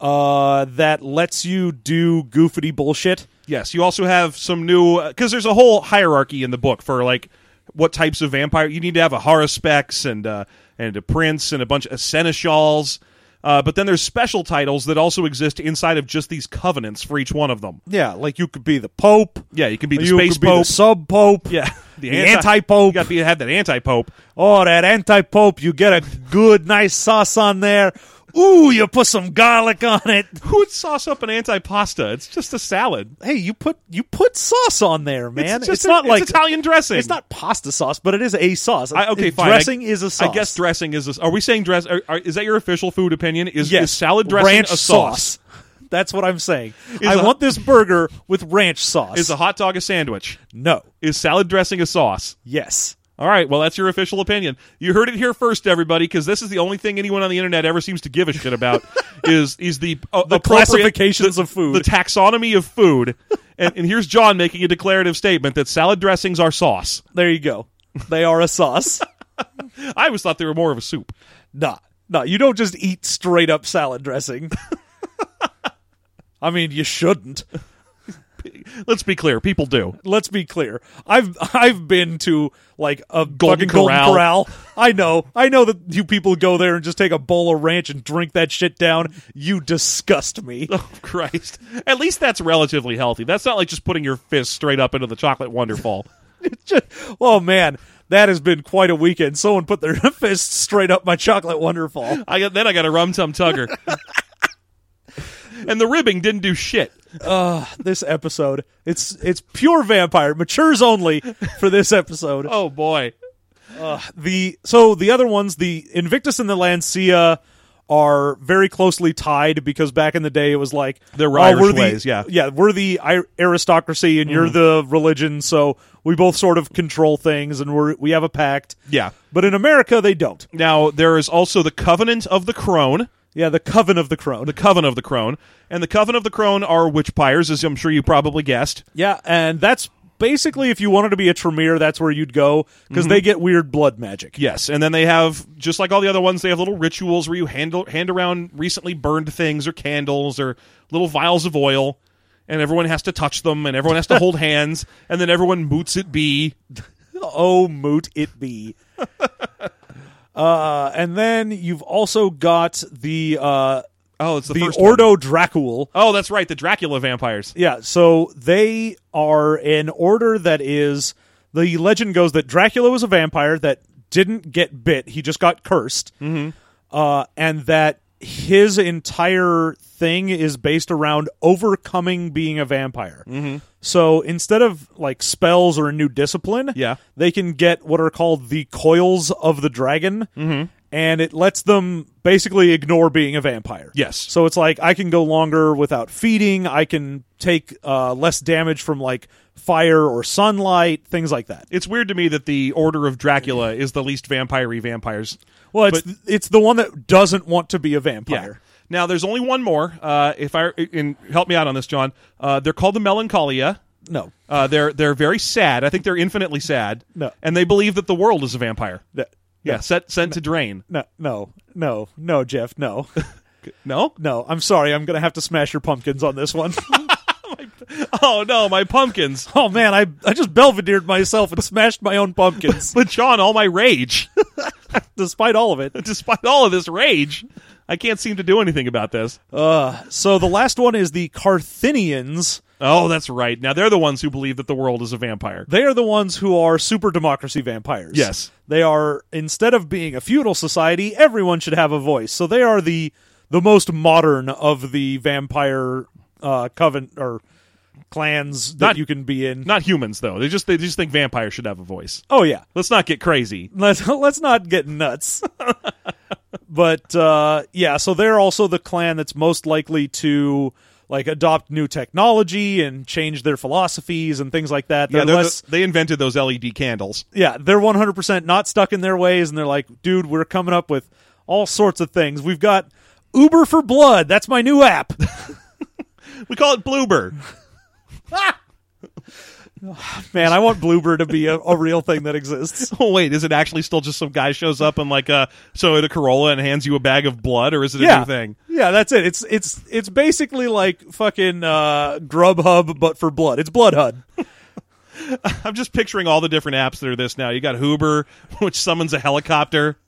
S1: uh, that lets you do goofity bullshit.
S2: Yes, you also have some new because there's a whole hierarchy in the book for like what types of vampire you need to have a horospex and uh, and a prince and a bunch of seneschals. Uh, but then there's special titles that also exist inside of just these covenants for each one of them.
S1: Yeah, like you could be the Pope.
S2: Yeah, you can be the
S1: you
S2: space
S1: could be
S2: pope.
S1: the
S2: <laughs>
S1: sub pope.
S2: yeah,
S1: the, anti
S2: You
S1: pope.
S2: got to have that anti pope.
S1: Oh, that anti pope! You get a good, nice sauce on there. Ooh, you put some garlic on it.
S2: Who would sauce up an anti pasta? It's just a salad.
S1: Hey, you put you put sauce on there, man. It's,
S2: just a-
S1: not like
S2: Italian dressing.
S1: it's not pasta sauce, but it is a sauce.
S2: I, okay, fine.
S1: Dressing
S2: I,
S1: is a sauce.
S2: I guess dressing is a. s- Are we saying dress? Are, are, is that your official food opinion? Is,
S1: yes.
S2: is salad dressing
S1: ranch
S2: a sauce?
S1: That's what I'm saying. I
S2: a-
S1: want this burger with ranch sauce.
S2: Is a hot dog a sandwich?
S1: no.
S2: Is salad dressing a sauce?
S1: Yes.
S2: All right, well, that's your official opinion. You heard it here first, everybody, because this is the only thing anyone on the internet ever seems to give a
S1: <laughs>
S2: shit about is is the uh,
S1: The
S2: appropriate-
S1: classifications
S2: the-
S1: of food.
S2: the taxonomy of food. and, and here's John making a declarative statement that salad dressings are sauce.
S1: There you go. They are a
S2: <laughs>
S1: sauce.
S2: I always thought they were more of a soup.
S1: Nah, nah, you don't just eat straight up salad
S2: <laughs>
S1: dressing. I mean, you shouldn't.
S2: Let's be clear, people do.
S1: Let's be clear. I've I've been to like a fucking Golden
S2: Corral.
S1: Corral. I know, I know that you people go there and just take a bowl of ranch and drink that shit down. You disgust <laughs> me.
S2: <laughs> Oh Christ! At least that's relatively healthy. That's not like just putting your fist straight up into the chocolate wonderful.
S1: Just- oh man, that has been quite a weekend. Someone put their <laughs> fist straight up my chocolate wonderful.
S2: I got then I got a rum tum tugger. and the ribbing didn't do shit.
S1: This episode, it's it's pure vampire, matures only for this episode.
S2: Oh boy.
S1: the so the other ones, the Invictus and the Lancia, are very closely tied because back in the day it was like
S2: They're
S1: oh,
S2: Irish
S1: we're the-
S2: ways, yeah. Mm-hmm.
S1: yeah, we're the I- aristocracy and you're the religion, so we both sort of control things and we're we have a pact.
S2: Yeah.
S1: but in America they don't.
S2: Now there is also the covenant of the crone,
S1: Yeah, the coven of the crone.
S2: the coven of the crone, and the coven of the crone are witch pyres, as I'm sure you probably guessed.
S1: yeah, and that's basically if you wanted to be a Tremere, that's where you'd go
S2: Mm-hmm.
S1: because they get weird blood magic.
S2: Yes, and then they have just like all the other ones, they have little rituals where you handle hand around recently burned things or candles or little vials of oil, and everyone has to touch them and everyone has to <laughs> hold hands, and then everyone moots at B.
S1: Oh, moot it
S2: <laughs>
S1: be. uh, and then you've also got the uh,
S2: Oh, it's the,
S1: the
S2: first one.
S1: Ordo Dracul.
S2: Oh, that's right, the Dracula vampires.
S1: Yeah, so they are an order that is The legend goes that Dracula was a vampire that didn't get bit; he just got cursed, uh, and that his entire thing is based around overcoming being a vampire. So instead of like spells or a new discipline,
S2: Yeah.
S1: they can get what are called the coils of the dragon. And it lets them basically ignore being a vampire.
S2: Yes.
S1: So it's like I can go longer without feeding. I can take uh, less damage from like fire or sunlight, things like that.
S2: It's weird to me that the Order of Dracula is the least vampire-y vampires.
S1: Well, it's it's the one that doesn't want to be a
S2: Yeah.
S1: vampire.
S2: Now there's only one more. Uh, if I and help me out on this, John. Uh, they're called the Melancholia.
S1: No,
S2: Uh, they're they're very sad. I think they're infinitely sad.
S1: No.
S2: And they believe that the world is a vampire.
S1: no,
S2: Yeah. Set sent to drain.
S1: no, no, no, no, Jeff, <laughs> no,
S2: No.
S1: no. I'm sorry. I'm gonna have to smash your pumpkins on this one.
S2: <laughs>
S1: <laughs>
S2: Oh no, my <laughs> pumpkins.
S1: oh man, I I just belvedered myself and smashed my own <laughs> pumpkins,
S2: But John, all my rage, <laughs>
S1: despite all of it.
S2: despite all of this rage, I can't seem to do anything about this.
S1: Uh, so the last one is the Carthinians.
S2: Oh, that's right. Now they're the ones who believe that the world is a vampire.
S1: They are the ones who are super democracy vampires.
S2: Yes.
S1: They are instead of being a feudal society, everyone should have a voice. So they are the the most modern of the vampire uh coven or clans that
S2: Not-
S1: you can be in.
S2: Not humans though. They just they just think vampires should have a voice.
S1: oh yeah.
S2: Let's not get crazy.
S1: Let's <laughs> let's not get nuts. <laughs> but uh yeah, so they're also the clan that's most likely to like adopt new technology and change their philosophies and things like that.
S2: Yeah,
S1: They're
S2: they're
S1: less-
S2: the- they invented those LED candles.
S1: yeah, they're 100% not stuck in their ways, and they're like, dude, we're coming up with all sorts of things. We've got Uber for Blood. That's my new app. <laughs>
S2: We call it Bloober.
S1: Ah, Man, I want Bloober to be a, a real thing that
S2: <laughs>
S1: exists.
S2: oh wait, is it actually still just some guy shows up and like uh so at a Corolla and hands you a bag of blood, or is it a
S1: Yeah,
S2: new thing?
S1: yeah, that's it. It's it's it's basically like fucking uh, Grubhub, but for blood. It's Blood HUD.
S2: I'm just picturing all the different apps that are this now. You got Huber, <laughs> which summons a helicopter. <laughs>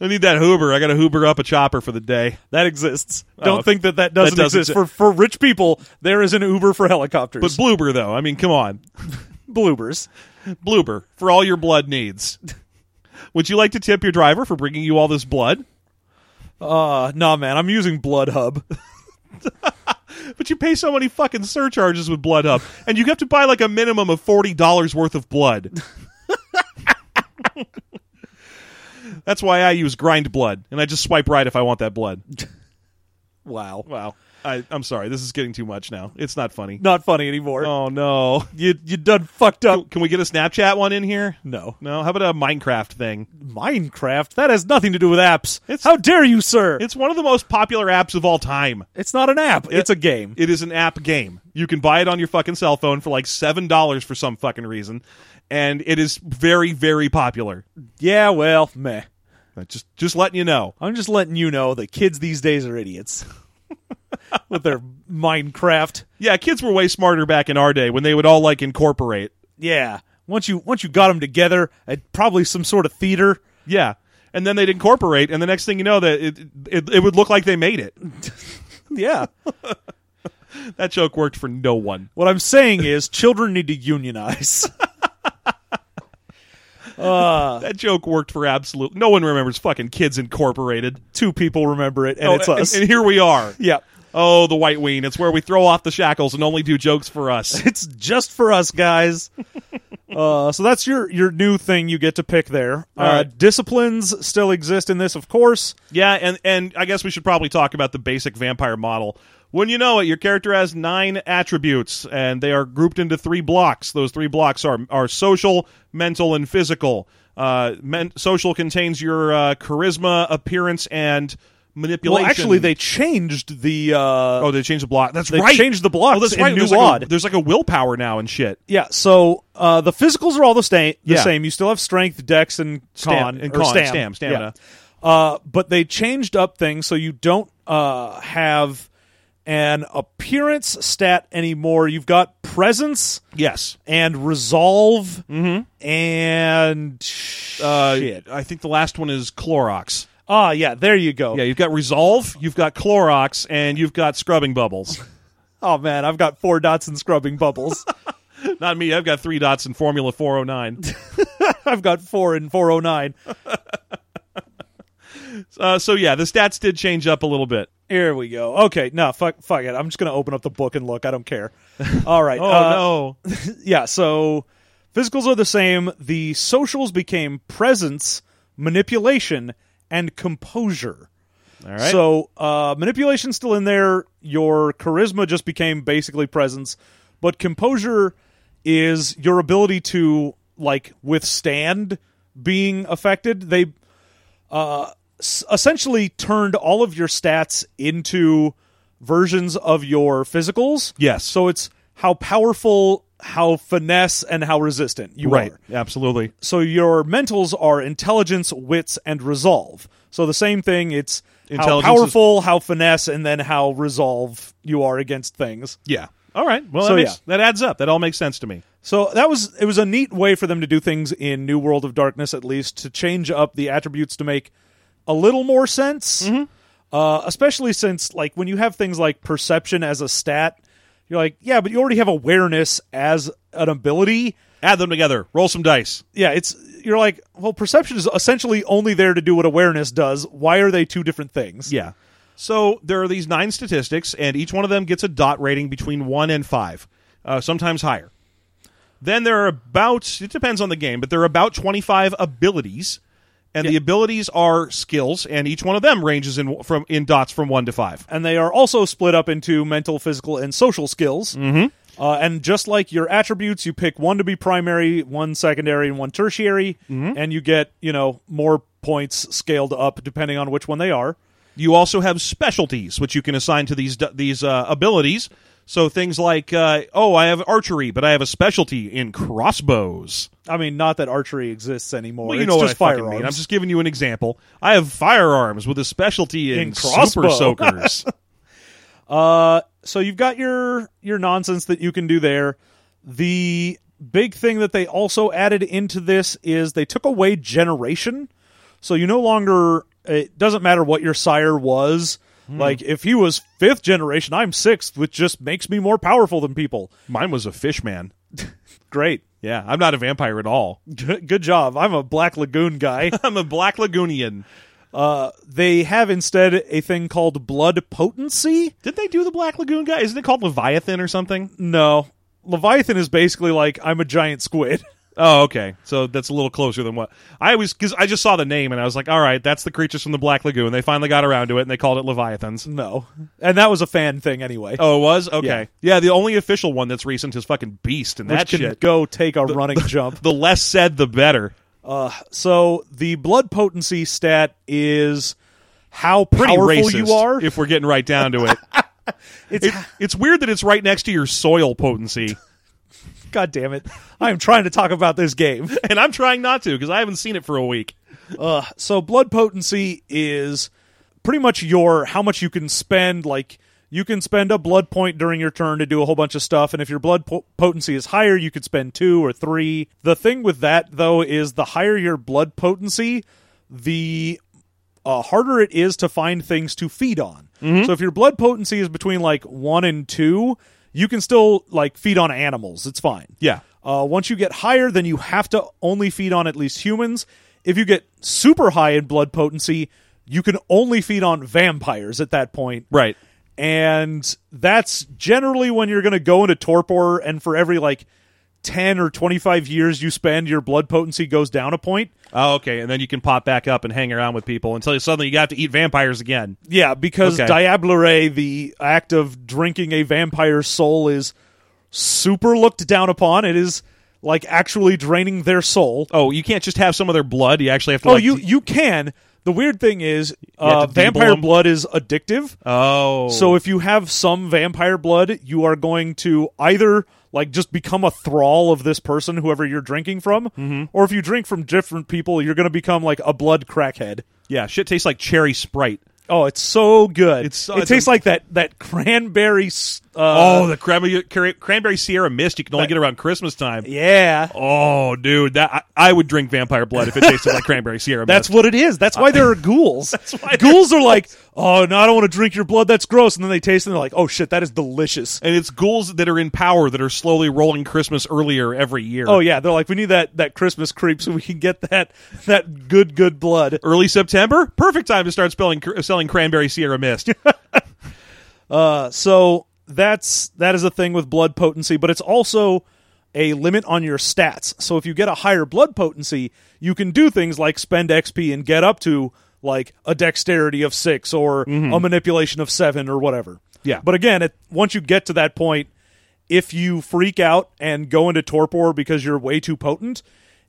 S2: I need that Huber. I got to Huber up a chopper for the day.
S1: That exists. Don't
S2: Oh,
S1: think that that doesn't,
S2: doesn't
S1: exist.
S2: exi-
S1: for for rich people, there is an Uber for
S2: But
S1: helicopters.
S2: Bloober though, I mean, come on,
S1: bloobers.
S2: Bloober for all your blood needs. <laughs> Would you like to tip your driver for bringing you all this blood?
S1: Uh, nah, man, I'm using Blood Hub. <laughs>
S2: But you pay so many fucking surcharges with Blood Hub, and you have to buy like a minimum of forty dollars worth of blood. <laughs> That's why I use Grind Blood, and I just swipe right if I want that blood.
S1: Wow,
S2: Wow, I, I'm sorry, this is getting too much now. It's not
S1: <laughs>
S2: funny.
S1: not funny anymore.
S2: Oh no!
S1: You you done fucked up.
S2: Can we get a Snapchat one in here?
S1: No.
S2: No. How about a Minecraft thing?
S1: Minecraft? That has nothing to do with apps.
S2: It's-
S1: How dare you, sir?
S2: It's one of the most popular apps of all time.
S1: it's not an app. it's a game.
S2: It is an app game. You can buy it on your fucking cell phone for like seven dollars for some fucking reason, and it is very, very popular.
S1: yeah, well, meh.
S2: Uh, Just just letting you know.
S1: I'm just letting you know that kids these days are idiots <laughs> with their Minecraft.
S2: Yeah, kids were way smarter back in our day when they would all like incorporate.
S1: Yeah. Once you once you got them together at probably some sort of theater.
S2: Yeah. And then they'd incorporate, and the next thing you know, that it, it it would look like they made it. <laughs>
S1: Yeah.
S2: That joke worked for no one.
S1: what I'm saying is children need to unionize. <laughs>
S2: That joke worked for absolute. No one remembers fucking kids incorporated,
S1: Two people remember it and it's us.
S2: Oh, and here we are.
S1: yeah.
S2: Oh, the white ween. It's where we throw off the shackles and only do jokes for us.
S1: It's just for us
S2: <laughs>
S1: guys. Uh, so that's your your new thing you get to pick there. Uh,
S2: All right.
S1: Disciplines still exist in this, of course.
S2: Yeah, and and I guess we should probably talk about the basic vampire model. When you know it, your character has nine attributes, and they are grouped into three blocks. Those three blocks are are social, mental, and physical. Uh, men- social contains your uh, charisma, appearance, and manipulation.
S1: Well, actually, they changed the. Uh,
S2: oh they changed the block. That's
S1: They
S2: right.
S1: changed the blocks
S2: Oh, that's
S1: in
S2: right.
S1: New
S2: there's, like
S1: Wad.
S2: a, there's like a willpower now and shit.
S1: Yeah, so uh, the physicals are all the, sta- the
S2: Yeah.
S1: same. You still have strength, dex, and con.
S2: Stam- and
S1: or
S2: con,
S1: stam.
S2: stam, stamina.
S1: Yeah. Uh, but they changed up things so you don't uh, have an appearance stat anymore. You've got presence
S2: Yes.
S1: and resolve
S2: Mm-hmm.
S1: and
S2: Uh,
S1: shit.
S2: I think the last one is Clorox.
S1: Ah, yeah, there you go.
S2: Yeah, you've got resolve, you've got Clorox, and you've got scrubbing bubbles. <laughs>
S1: Oh man, I've got four dots and scrubbing bubbles.
S2: Not me. I've got three dots in Formula <laughs> 409.
S1: I've got four oh in 409.
S2: Uh, so yeah, the stats did change up a little bit.
S1: Here we go. Okay, no, fuck, fuck it. I'm just gonna open up the book and look. I don't
S2: <laughs>
S1: care. All right.
S2: Oh
S1: uh,
S2: no.
S1: Yeah. So physicals are the same. The socials became presence, manipulation, and composure.
S2: All right.
S1: So uh, manipulation's still in there. Your charisma just became basically presence, but composure is your ability to like withstand being affected. They uh, s- essentially turned all of your stats into versions of your physicals.
S2: Yes.
S1: So it's how powerful, how finesse, and how resistant you
S2: right.
S1: are.
S2: Absolutely.
S1: So your mentals are intelligence, wits, and resolve. So the same thing. It's how
S2: Intelligence is-
S1: powerful, how finesse, and then how resolve you are against things.
S2: Yeah. All right. Well,
S1: So,
S2: that, makes,
S1: yeah.
S2: that adds up. That all makes sense to me.
S1: So that was it was a neat way for them to do things in New World of Darkness, at least to change up the attributes to make a little more sense.
S2: Mm-hmm.
S1: Uh, especially since like when you have things like perception as a stat, you're like, yeah, but you already have awareness as an ability.
S2: Add them together. Roll some dice.
S1: yeah, it's you're like, well, perception is essentially only there to do what awareness does. Why are they two different things?
S2: Yeah. So there are these nine statistics, and each one of them gets a dot rating between one and five, uh, sometimes higher. Then there are about, it depends on the game, but there are about 25 abilities, and the abilities are skills, and each one of them ranges in from in dots from one to five.
S1: And they are also split up into mental, physical, and social skills. Mm-hmm. Uh, and just like your attributes, you pick one to be primary, one secondary, and one tertiary,
S2: Mm-hmm.
S1: and you get you know more points scaled up depending on which one they are.
S2: You also have specialties, which you can assign to these these uh, abilities. So things like, uh, oh, I have archery, but I have a specialty in crossbows.
S1: I mean, not that archery exists anymore.
S2: Well, you
S1: it's
S2: know
S1: just
S2: what I fucking
S1: firearms.
S2: mean. I'm just giving you an example. I have firearms with a specialty in,
S1: In
S2: super
S1: crossbow. <laughs>
S2: soakers.
S1: Uh, so you've got your your nonsense that you can do there. The big thing that they also added into this is they took away generation. So you no longer it doesn't matter what your sire was. Like if he was fifth generation, I'm sixth, which just makes me more powerful than people.
S2: Mine was a fish man.
S1: Great.
S2: Yeah, I'm not a vampire at all. <laughs>
S1: Good good job. I'm a Black Lagoon guy.
S2: I'm a black lagoonian.
S1: Uh, they have instead a thing called blood potency.
S2: Did they do the black lagoon guy? Isn't it called Leviathan or something?
S1: No. Leviathan is basically like I'm a giant squid. <laughs>
S2: Oh, okay. So that's a little closer than what I always because I just saw the name and I was like, all right, that's the creatures from the black lagoon. They finally got around to it and they called it Leviathans.
S1: No. And that was a fan thing anyway.
S2: Oh, it was okay. Yeah, the only official one that's recent is fucking Beast and
S1: which
S2: that
S1: can
S2: shit.
S1: go take a running jump.
S2: The less said, the better.
S1: So the blood potency stat is how
S2: Pretty
S1: powerful
S2: racist,
S1: you are.
S2: if we're getting right down to <laughs> it.
S1: it's
S2: It, it's weird that it's right next to your soil <laughs> potency,
S1: <laughs> god damn it. I am trying to talk about this game.
S2: and I'm trying not to because I haven't seen it for a week.
S1: Uh, so blood potency is pretty much your how much you can spend. Like you can spend a blood point during your turn to do a whole bunch of stuff, and if your blood po- potency is higher, you could spend two or three. The thing with that though is the higher your blood potency, the uh, harder it is to find things to feed on. So if your blood potency is between like one and two, you can still like feed on animals. It's fine.
S2: Yeah.
S1: Uh, once you get higher, then you have to only feed on at least humans. If you get super high in blood potency, you can only feed on vampires at that point.
S2: Right.
S1: And that's generally when you're going to go into torpor, and for every like 10 or 25 years you spend, your blood potency goes down a point.
S2: Oh, okay. And then you can pop back up and hang around with people until you suddenly you have to eat vampires again.
S1: Yeah, because
S2: Okay.
S1: Diablere, the act of drinking a vampire's soul, is super looked down upon. It is like actually draining their soul.
S2: Oh, you can't just have some of their blood. You actually have to.
S1: Oh,
S2: like,
S1: you
S2: d-
S1: you can. The weird thing is,
S2: have
S1: uh,
S2: to
S1: vampire
S2: deeble 'em.
S1: blood is addictive.
S2: Oh.
S1: So if you have some vampire blood, you are going to either like just become a thrall of this person, whoever you're drinking from,
S2: Mm-hmm.
S1: or if you drink from different people, you're going to become like a blood crackhead.
S2: yeah, shit tastes like cherry sprite.
S1: Oh, it's so good.
S2: It's so-
S1: it
S2: it's
S1: tastes
S2: a-
S1: like that that cranberry. s- Uh,
S2: oh, the cranberry, cra- cranberry Sierra Mist you can only get around Christmas time.
S1: yeah.
S2: Oh, dude, that I, I would drink vampire
S1: <laughs>
S2: blood if it tasted like cranberry Sierra
S1: That's
S2: Mist.
S1: what it is. That's why
S2: <laughs>
S1: there are ghouls. ghouls are like, oh no, I don't want to drink your blood. That's gross. And then they taste it and they're like, oh shit, that is delicious.
S2: and it's ghouls that are in power that are slowly rolling Christmas earlier every year.
S1: Oh yeah, they're like, we need that that Christmas creep so we can get that that good good blood.
S2: Early September, perfect time to start spelling, cr- selling cranberry Sierra
S1: <laughs>
S2: Mist.
S1: Uh, so that's that is a thing with blood potency, but it's also a limit on your stats. So if you get a higher blood potency, you can do things like spend XP and get up to like a dexterity of six or a manipulation of seven or whatever.
S2: Mm-hmm. Yeah.
S1: But again, it, once you get to that point, if you freak out and go into torpor because you're way too potent,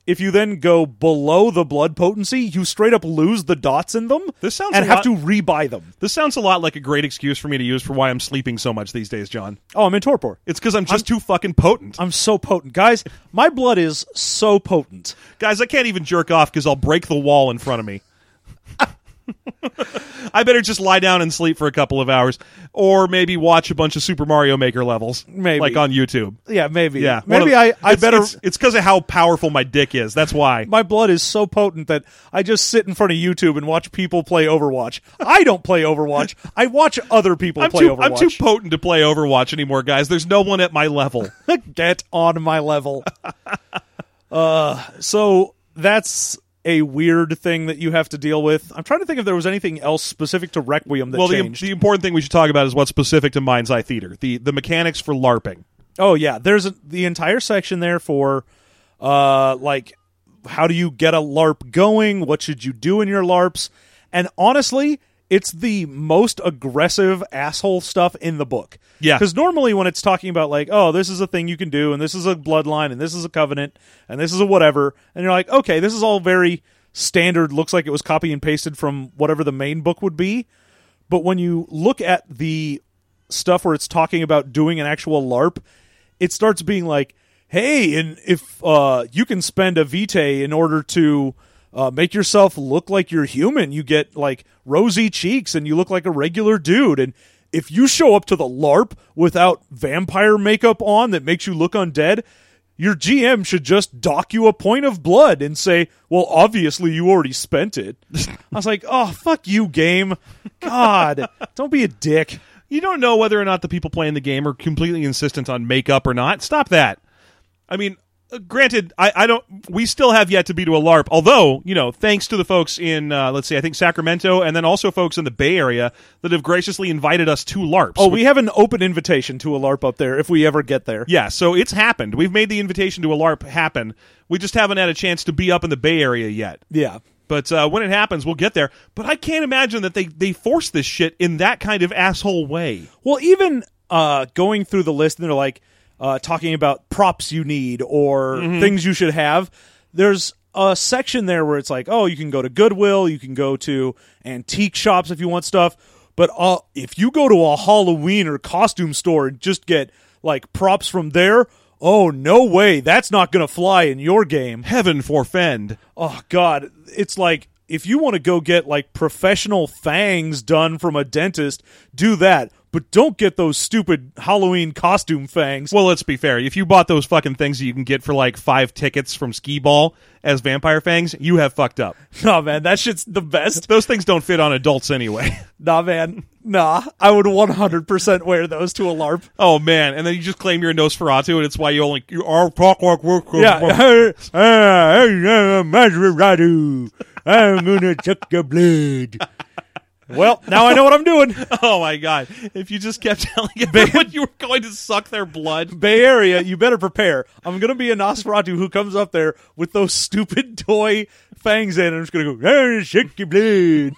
S1: if you then go below the blood potency, you straight up lose the dots in them.
S2: This sounds
S1: and
S2: a
S1: have
S2: lot-
S1: to rebuy them.
S2: this sounds a lot like a great excuse for me to use for why I'm sleeping so much these days, John.
S1: Oh, I'm in torpor.
S2: It's because I'm just too fucking potent,
S1: I'm so potent, guys. My blood is so potent.
S2: guys. I can't even jerk off because I'll break the wall in front of me. <laughs> I better just lie down and sleep for a couple of hours, or maybe watch a bunch of Super Mario Maker levels,
S1: Maybe.
S2: like on YouTube.
S1: Yeah, maybe.
S2: Yeah, one
S1: maybe
S2: of-
S1: I, I
S2: it's-
S1: better.
S2: It's because of how powerful my dick is. That's why.
S1: <laughs> my blood is so potent that I just sit in front of YouTube and watch people play Overwatch. I don't play Overwatch. I watch other people
S2: I'm
S1: play
S2: too, I'm
S1: Overwatch.
S2: too potent to play Overwatch anymore, guys. There's no one at my
S1: <laughs>
S2: level.
S1: Get on my <laughs> level. uh, so that's a weird thing that you have to deal with. I'm trying to think if there was anything else specific to Requiem that
S2: well, the,
S1: changed.
S2: the important thing we should talk about is what's specific to Mind's Eye Theater the, the mechanics for LARPing.
S1: Oh yeah, there's a, the entire section there for uh like how do you get a larp going? What should you do in your larps? And honestly, it's the most aggressive asshole stuff in the book.
S2: Yeah.
S1: Cuz normally when it's talking about like, oh, this is a thing you can do and this is a bloodline and this is a covenant and this is a whatever and you're like, okay, this is all very standard looks like it was copy and pasted from whatever the main book would be. But when you look at the stuff where it's talking about doing an actual LARP, it starts being like, "Hey, and if uh, you can spend a vitae in order to uh, make yourself look like you're human, you get like rosy cheeks and you look like a regular dude." And if you show up to the LARP without vampire makeup on that makes you look undead, your GM should just dock you a point of blood and say, "Well, obviously you already spent it." I was like, "Oh, fuck you, game! God, don't be a dick."
S2: You don't know whether or not the people playing the game are completely insistent on makeup or not. Stop that. I mean, uh, granted, I, I don't. We still have yet to be to a LARP. Although, you know, thanks to the folks in, uh, let's see, I think Sacramento, and then also folks in the Bay Area that have graciously invited us to LARPs.
S1: Oh, we have an open invitation to a LARP up there if we ever get there.
S2: Yeah, so it's happened. We've made the invitation to a LARP happen. We just haven't had a chance to be up in the Bay Area yet.
S1: Yeah.
S2: But uh, when it happens, we'll get there. But I can't imagine that they, they force this shit in that kind of asshole way.
S1: Well, even uh, going through the list, and they're like uh, talking about props you need or things you should have. There's a section there where it's like, oh, you can go to Goodwill, you can go to antique shops if you want stuff. But uh, if you go to a Halloween or costume store and just get like props from there, oh, no way. That's not going to fly in your game.
S2: Heaven forfend.
S1: Oh God, it's like if you want to go get like professional fangs done from a dentist, do that. But don't get those stupid Halloween costume fangs. <laughs>
S2: Well, let's be fair. If you bought those fucking things that you can get for like five tickets from Skee Ball as Vampire Fangs, you have fucked up.
S1: Nah, man, that shit's the best.
S2: Those things don't fit on adults anyway. <laughs>
S1: Nah, man, nah. I would 100% wear those to a LARP.
S2: oh man! And then you just claim you're a Nosferatu, and it's why you only you are talk walk work. work,
S1: Yeah.
S2: <laughs> work.
S1: Maserati, I'm gonna <laughs> check your blood. Well, now I know what I'm doing.
S2: Oh my god! If you just kept <laughs> telling everyone you were going to suck their blood,
S1: Bay Area, you better prepare. I'm gonna be a Nosferatu who comes up there with those stupid <laughs> toy fangs in, and I'm just gonna go "Ah, shake your bleed,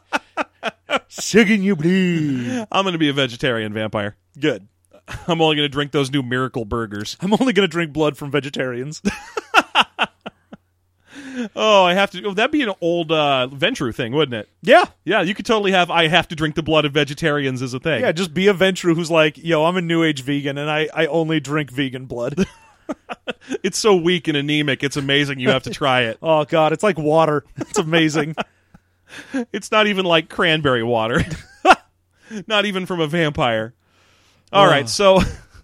S1: <laughs> shaking your bleed.
S2: I'm going to be a vegetarian vampire.
S1: Good.
S2: I'm only going to drink those new miracle burgers.
S1: I'm only gonna drink blood from vegetarians. <laughs>
S2: Oh, I have to. Oh, that'd be an old uh, Ventru thing, wouldn't it?
S1: yeah,
S2: Yeah, you could totally have. I have to drink the blood of vegetarians as a thing.
S1: yeah. Just be a Ventru who's like, yo, I'm a New Age vegan, and I I only drink vegan blood. <laughs>
S2: it's so weak and anemic. It's amazing. You have to try it. <laughs>
S1: oh God, it's like water. It's amazing.
S2: It's not even like cranberry water. <laughs> not even from a vampire. All right, so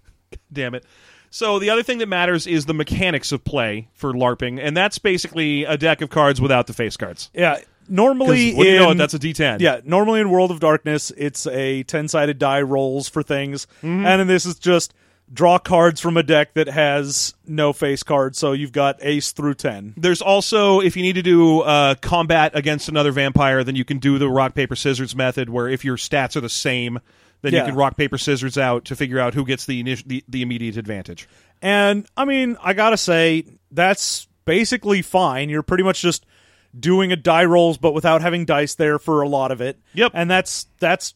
S2: <laughs> damn it. So the other thing that matters is the mechanics of play for LARPing, and that's basically a deck of cards without the face cards.
S1: Yeah. Normally,
S2: What do you know?
S1: in-
S2: That's a D10.
S1: Yeah, normally in World of Darkness, it's a 10 sided die rolls for things. And in this, is just draw cards from a deck that has no face cards. So you've got ace through 10.
S2: There's also if you need to do uh, combat against another vampire, then you can do the rock paper scissors method, where if your stats are the same, then
S1: Yeah.
S2: you can rock paper scissors out to figure out who gets the, init- the the immediate advantage.
S1: And I mean, I gotta say, that's basically fine. You're pretty much just doing a die rolls, but without having dice there for a lot of it.
S2: Yep.
S1: And that's that's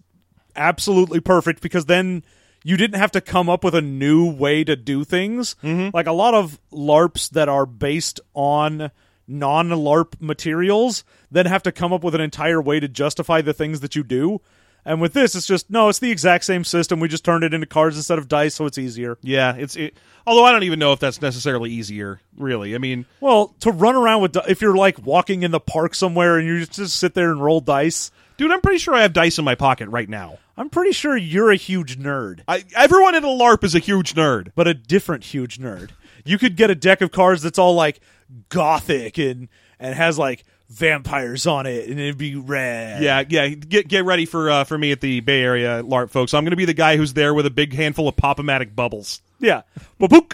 S1: absolutely perfect because then you didn't have to come up with a new way to do things. Like a lot of LARPs that are based on non LARP materials then have to come up with an entire way to justify the things that you do. And with this, it's just no, it's the exact same system. We just turned it into cards instead of dice, so it's easier.
S2: Yeah, it's it, although I don't even know if that's necessarily easier. Really, I mean,
S1: Well, to run around with di- if you're like walking in the park somewhere and you just- just sit there and roll dice,
S2: dude, I'm pretty sure I have dice in my pocket right now.
S1: I'm pretty sure you're a huge nerd,
S2: I, everyone in a LARP is a huge nerd.
S1: but a different huge nerd. You could get a deck of cards that's all like gothic and and has like vampires on it, and it'd be rad.
S2: Yeah, yeah. Get get ready for uh, for me at the Bay Area LARP, folks. I'm going to be the guy who's there with a big handful of pop-o-matic bubbles.
S1: yeah. Babook.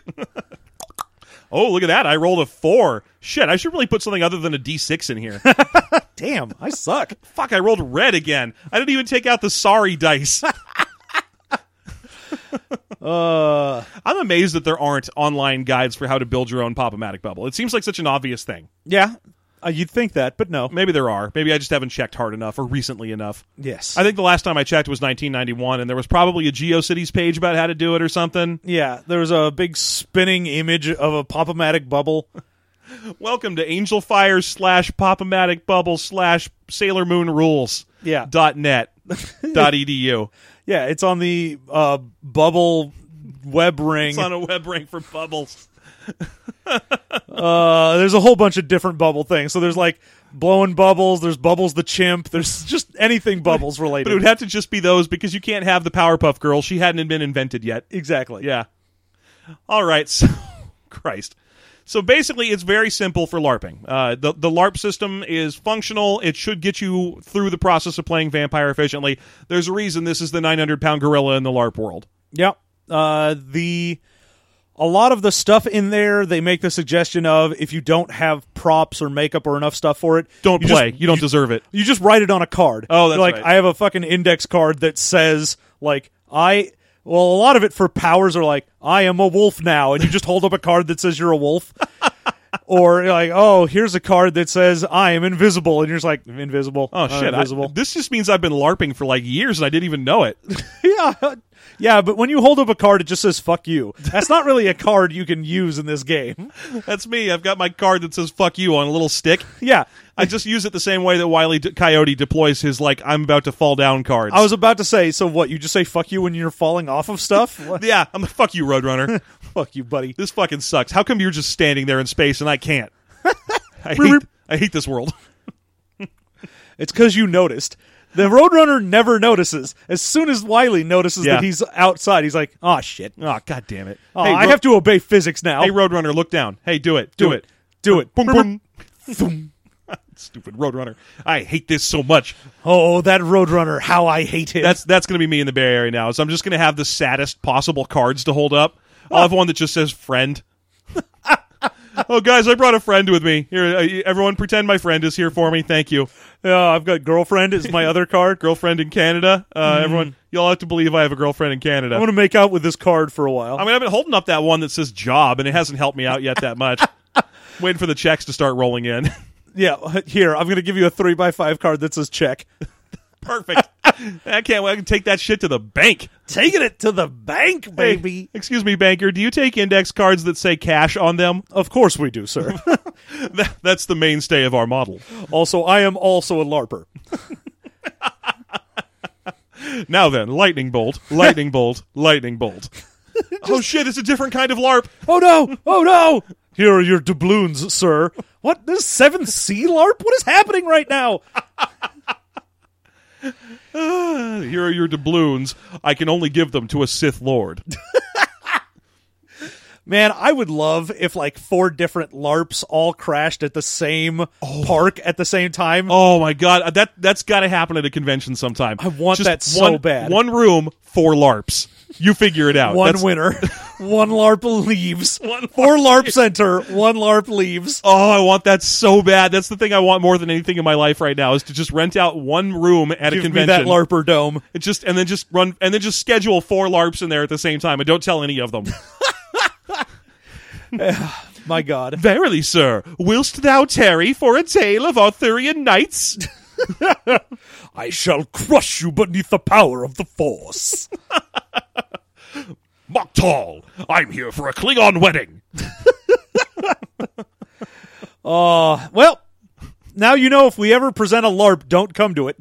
S2: Oh, look at that. I rolled a four. Shit, I should really put something other than a D6 in here.
S1: <laughs> Damn, I suck.
S2: Fuck, I rolled red again. I didn't even take out the sorry dice. <laughs>
S1: Uh,
S2: I'm amazed that there aren't online guides for how to build your own Pop-O-Matic bubble. It seems like such an obvious thing.
S1: yeah. Uh, you'd think that, but no.
S2: Maybe there are. Maybe I just haven't checked hard enough or recently enough.
S1: Yes.
S2: I think the last time I checked was 1991, and there was probably a GeoCities page about how to do it or something.
S1: yeah, there was a big spinning image of a pop-o-matic bubble.
S2: Welcome to Angel Fire slash Pop-O-Matic Bubble slash Sailor Moon Rules.
S1: Yeah.
S2: Dot <laughs> net. dot E edu.
S1: Yeah, it's on the uh, bubble web ring.
S2: It's on a web ring for bubbles.
S1: uh, there's a whole bunch of different bubble things. So there's like blowing bubbles. There's bubbles the chimp. There's <laughs> just anything bubbles
S2: But it would
S1: related.
S2: have to just be those because you can't have the Powerpuff Girl. She hadn't been invented yet.
S1: exactly.
S2: Yeah. All right. <laughs> So, Christ. So basically, it's very simple for LARPing. Uh, the the LARP system is functional. It should get you through the process of playing Vampire efficiently. There's a reason this is the 900 pound gorilla in the LARP world.
S1: Yep. Uh, the a lot of the stuff in there, they make the suggestion of if you don't have props or makeup or enough stuff for it,
S2: Don't
S1: you
S2: play.
S1: just-
S2: you don't deserve it.
S1: You just write it on a card.
S2: Oh, that's
S1: You're like
S2: right.
S1: I have a fucking index card that says like I. Well, a lot of it for powers are like I am a wolf now, and you just hold up a card that says you're a
S2: <laughs>
S1: wolf. or like, oh, here's a card that says I am invisible, and you're just like invisible.
S2: Oh
S1: I'm
S2: shit! I-
S1: invisible.
S2: <laughs> this just means I've been LARPing for like years and I didn't
S1: <laughs>
S2: even know it.
S1: yeah, yeah. But when you hold up a card, it just says "fuck you." That's not really a card you can use in this game.
S2: That's me. I've got my card that says "fuck you" on a little stick.
S1: Yeah,
S2: I just use it the same way that Wiley D- Coyote deploys his like I'm about to fall down cards.
S1: I was about to say. So what? You just say "fuck you" when you're falling off of
S2: <laughs>
S1: stuff? What?
S2: yeah, I'm like fuck you, Roadrunner.
S1: fuck you, buddy.
S2: this fucking sucks. How come you're just standing there in space and I can't? I hate,
S1: Roop.
S2: I hate this world.
S1: It's because you noticed. The Roadrunner never notices. As soon as Wiley notices
S2: Yeah.
S1: that he's outside, he's like, "Oh shit!
S2: Oh god damn it!
S1: Oh,
S2: hey,
S1: I
S2: Ro-
S1: have to obey physics now."
S2: hey, Roadrunner, look down. Hey, do it, do, it.
S1: Do it.
S2: Boom, boom. <laughs> Stupid Roadrunner. I hate this so much.
S1: Oh, that Roadrunner! How I hate him.
S2: That's that's going to be me in the Bay Area now. So I'm just going to have the saddest possible cards to hold up. I'll have one that just says friend. <laughs> oh, guys, I brought a friend with me. Here, uh, everyone, pretend my friend is here for me. Thank you.
S1: Yeah, I've got girlfriend
S2: <laughs>
S1: is my other card.
S2: Girlfriend in Canada. Uh, Everyone, you'll have to believe I have a girlfriend in Canada.
S1: Mm-hmm. I'm gonna make out with this card for a while.
S2: I mean, I've been holding up that one that says job, and it hasn't helped me out yet
S1: <laughs>
S2: that much. Waiting for the checks to start rolling in. <laughs>
S1: yeah, here I'm gonna give you a three by five card that says
S2: <laughs>
S1: check.
S2: Perfect. I can't wait. I can take that shit to the bank.
S1: Taking it to the bank,
S2: Hey, excuse me, banker. Do you take index cards that say cash on them? <laughs>
S1: Of course we do, sir.
S2: That- That's the mainstay of our model.
S1: also, I am also a larper.
S2: Now then, lightning bolt,
S1: <laughs>
S2: lightning bolt, lightning bolt. oh shit! It's a different kind of LARP.
S1: Oh no! Oh no! Here are your doubloons, sir. What? This seventh sea LARP? What is happening right now?
S2: Ah, Here are your doubloons. I can only give them to a Sith Lord.
S1: Man, I would love if like four different LARPs all crashed at the same park at the same time.
S2: Oh my god, that that's got to happen at a convention sometime. I
S1: want
S2: Just
S1: that so
S2: one,
S1: bad.
S2: One room, four LARPs. You figure it out.
S1: one <laughs>
S2: That's-
S1: winner, one LARP leaves.
S2: One
S1: four LARPs enter, one LARP leaves.
S2: Oh, I want that so bad. That's the thing I want more than anything in my life right now is to just rent out one room at a
S1: Give me that
S2: convention.
S1: LARPer dome.
S2: It just and then just run and then just schedule four LARPs in there at the same time and don't tell any of them.
S1: My God.
S2: <laughs> Verily, sir, whilst thou tarry for a tale of Arthurian <laughs> knights?
S1: I shall crush you beneath the power of the Force.
S2: Moktall, I'm here for a Klingon <laughs> wedding.
S1: <laughs> Uh, well, now you know if we ever present a LARP, don't come to it.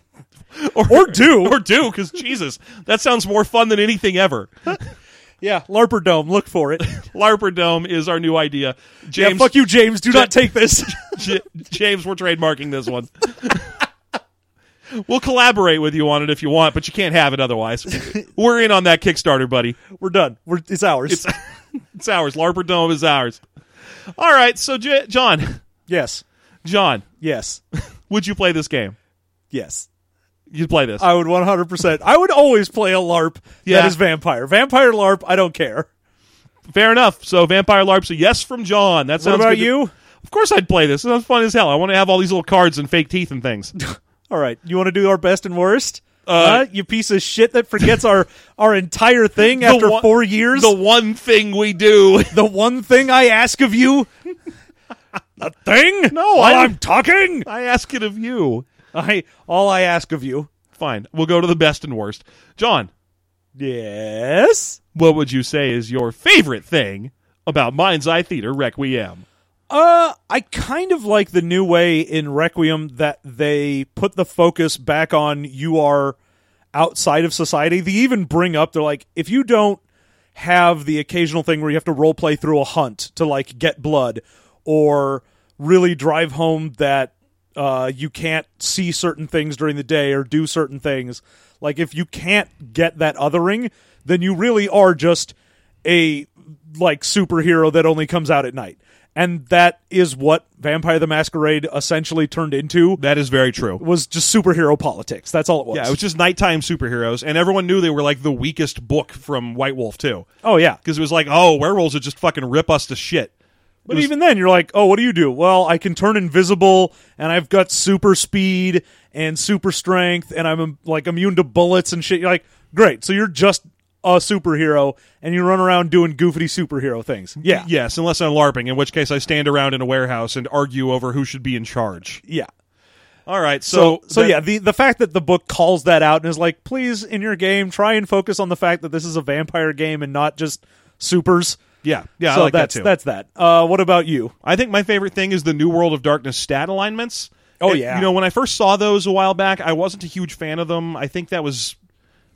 S1: <laughs> or, do.
S2: Or do, because Jesus, that sounds more fun than anything ever.
S1: yeah, LARPer dome, look for <laughs> it.
S2: LARPer Dome is our new idea.
S1: yeah,
S2: James,
S1: fuck you, James. Do not take <laughs> this.
S2: J- James, we're trademarking this one. we'll collaborate with you on it if you want, but you can't have
S1: <laughs>
S2: it otherwise. We're in on that Kickstarter, buddy.
S1: We're done. We're, it's ours.
S2: It's ours. LARPer Dome is ours. All right, so J- John,
S1: <laughs> yes.
S2: John,
S1: Yes.
S2: would you play this game?
S1: Yes.
S2: You'd play this.
S1: I would 100%. I would always play a LARP
S2: Yeah.
S1: that is vampire. Vampire LARP, I don't care.
S2: Fair enough. So Vampire LARP's a yes from John. That
S1: What
S2: sounds
S1: about
S2: good to-
S1: you?
S2: of course I'd play this. It sounds fun as hell. I want to have all these little cards and fake teeth and things.
S1: All right, you want to do our best and worst? huh? You piece of shit that forgets our <laughs> our entire thing <laughs> after
S2: one-
S1: four years.
S2: the one thing
S1: <laughs>
S2: we do.
S1: the one thing I ask of <laughs> you. the thing?
S2: No,
S1: while
S2: I-
S1: I'm talking.
S2: I ask it of you.
S1: I all I ask of you.
S2: Fine. We'll go to the best and worst. John,
S1: Yes.
S2: what would you say is your favorite thing about Mind's Eye Theater Requiem?
S1: Uh, I kind of like the new way in Requiem that they put the focus back on you are outside of society. They even bring up they're like, if you don't have the occasional thing where you have to role play through a hunt to like get blood or really drive home that uh, you can't see certain things during the day or do certain things. Like if you can't get that othering, then you really are just a like superhero that only comes out at night. And that is what Vampire the Masquerade essentially turned into
S2: That is very true.
S1: was just superhero politics. That's all it was.
S2: Yeah, it was just nighttime superheroes, and everyone knew they were like the weakest book from White Wolf too,
S1: oh yeah.
S2: because it was like, oh, werewolves would just fucking rip us to shit.
S1: But even then, you're like, oh, what do you do? Well, I can turn invisible, and I've got super speed and super strength, and I'm um, like immune to bullets and shit. You're like, great. So you're just a superhero, and you run around doing goofy superhero things. Yeah, yeah,
S2: Yes, unless I'm LARPing, in which case I stand around in a warehouse and argue over who should be in charge.
S1: yeah.
S2: All right, so
S1: So, so
S2: that-
S1: yeah, the the fact that the book calls that out and is like, please, in your game, try and focus on the fact that this is a vampire game and not just supers.
S2: yeah, yeah,
S1: so
S2: I like
S1: that's
S2: that too.
S1: that's that. Uh, what about you?
S2: I think my favorite thing is the New World of Darkness stat alignments.
S1: Oh,
S2: It-
S1: yeah.
S2: you know when I first saw those a while back, I wasn't a huge fan of them. I think that was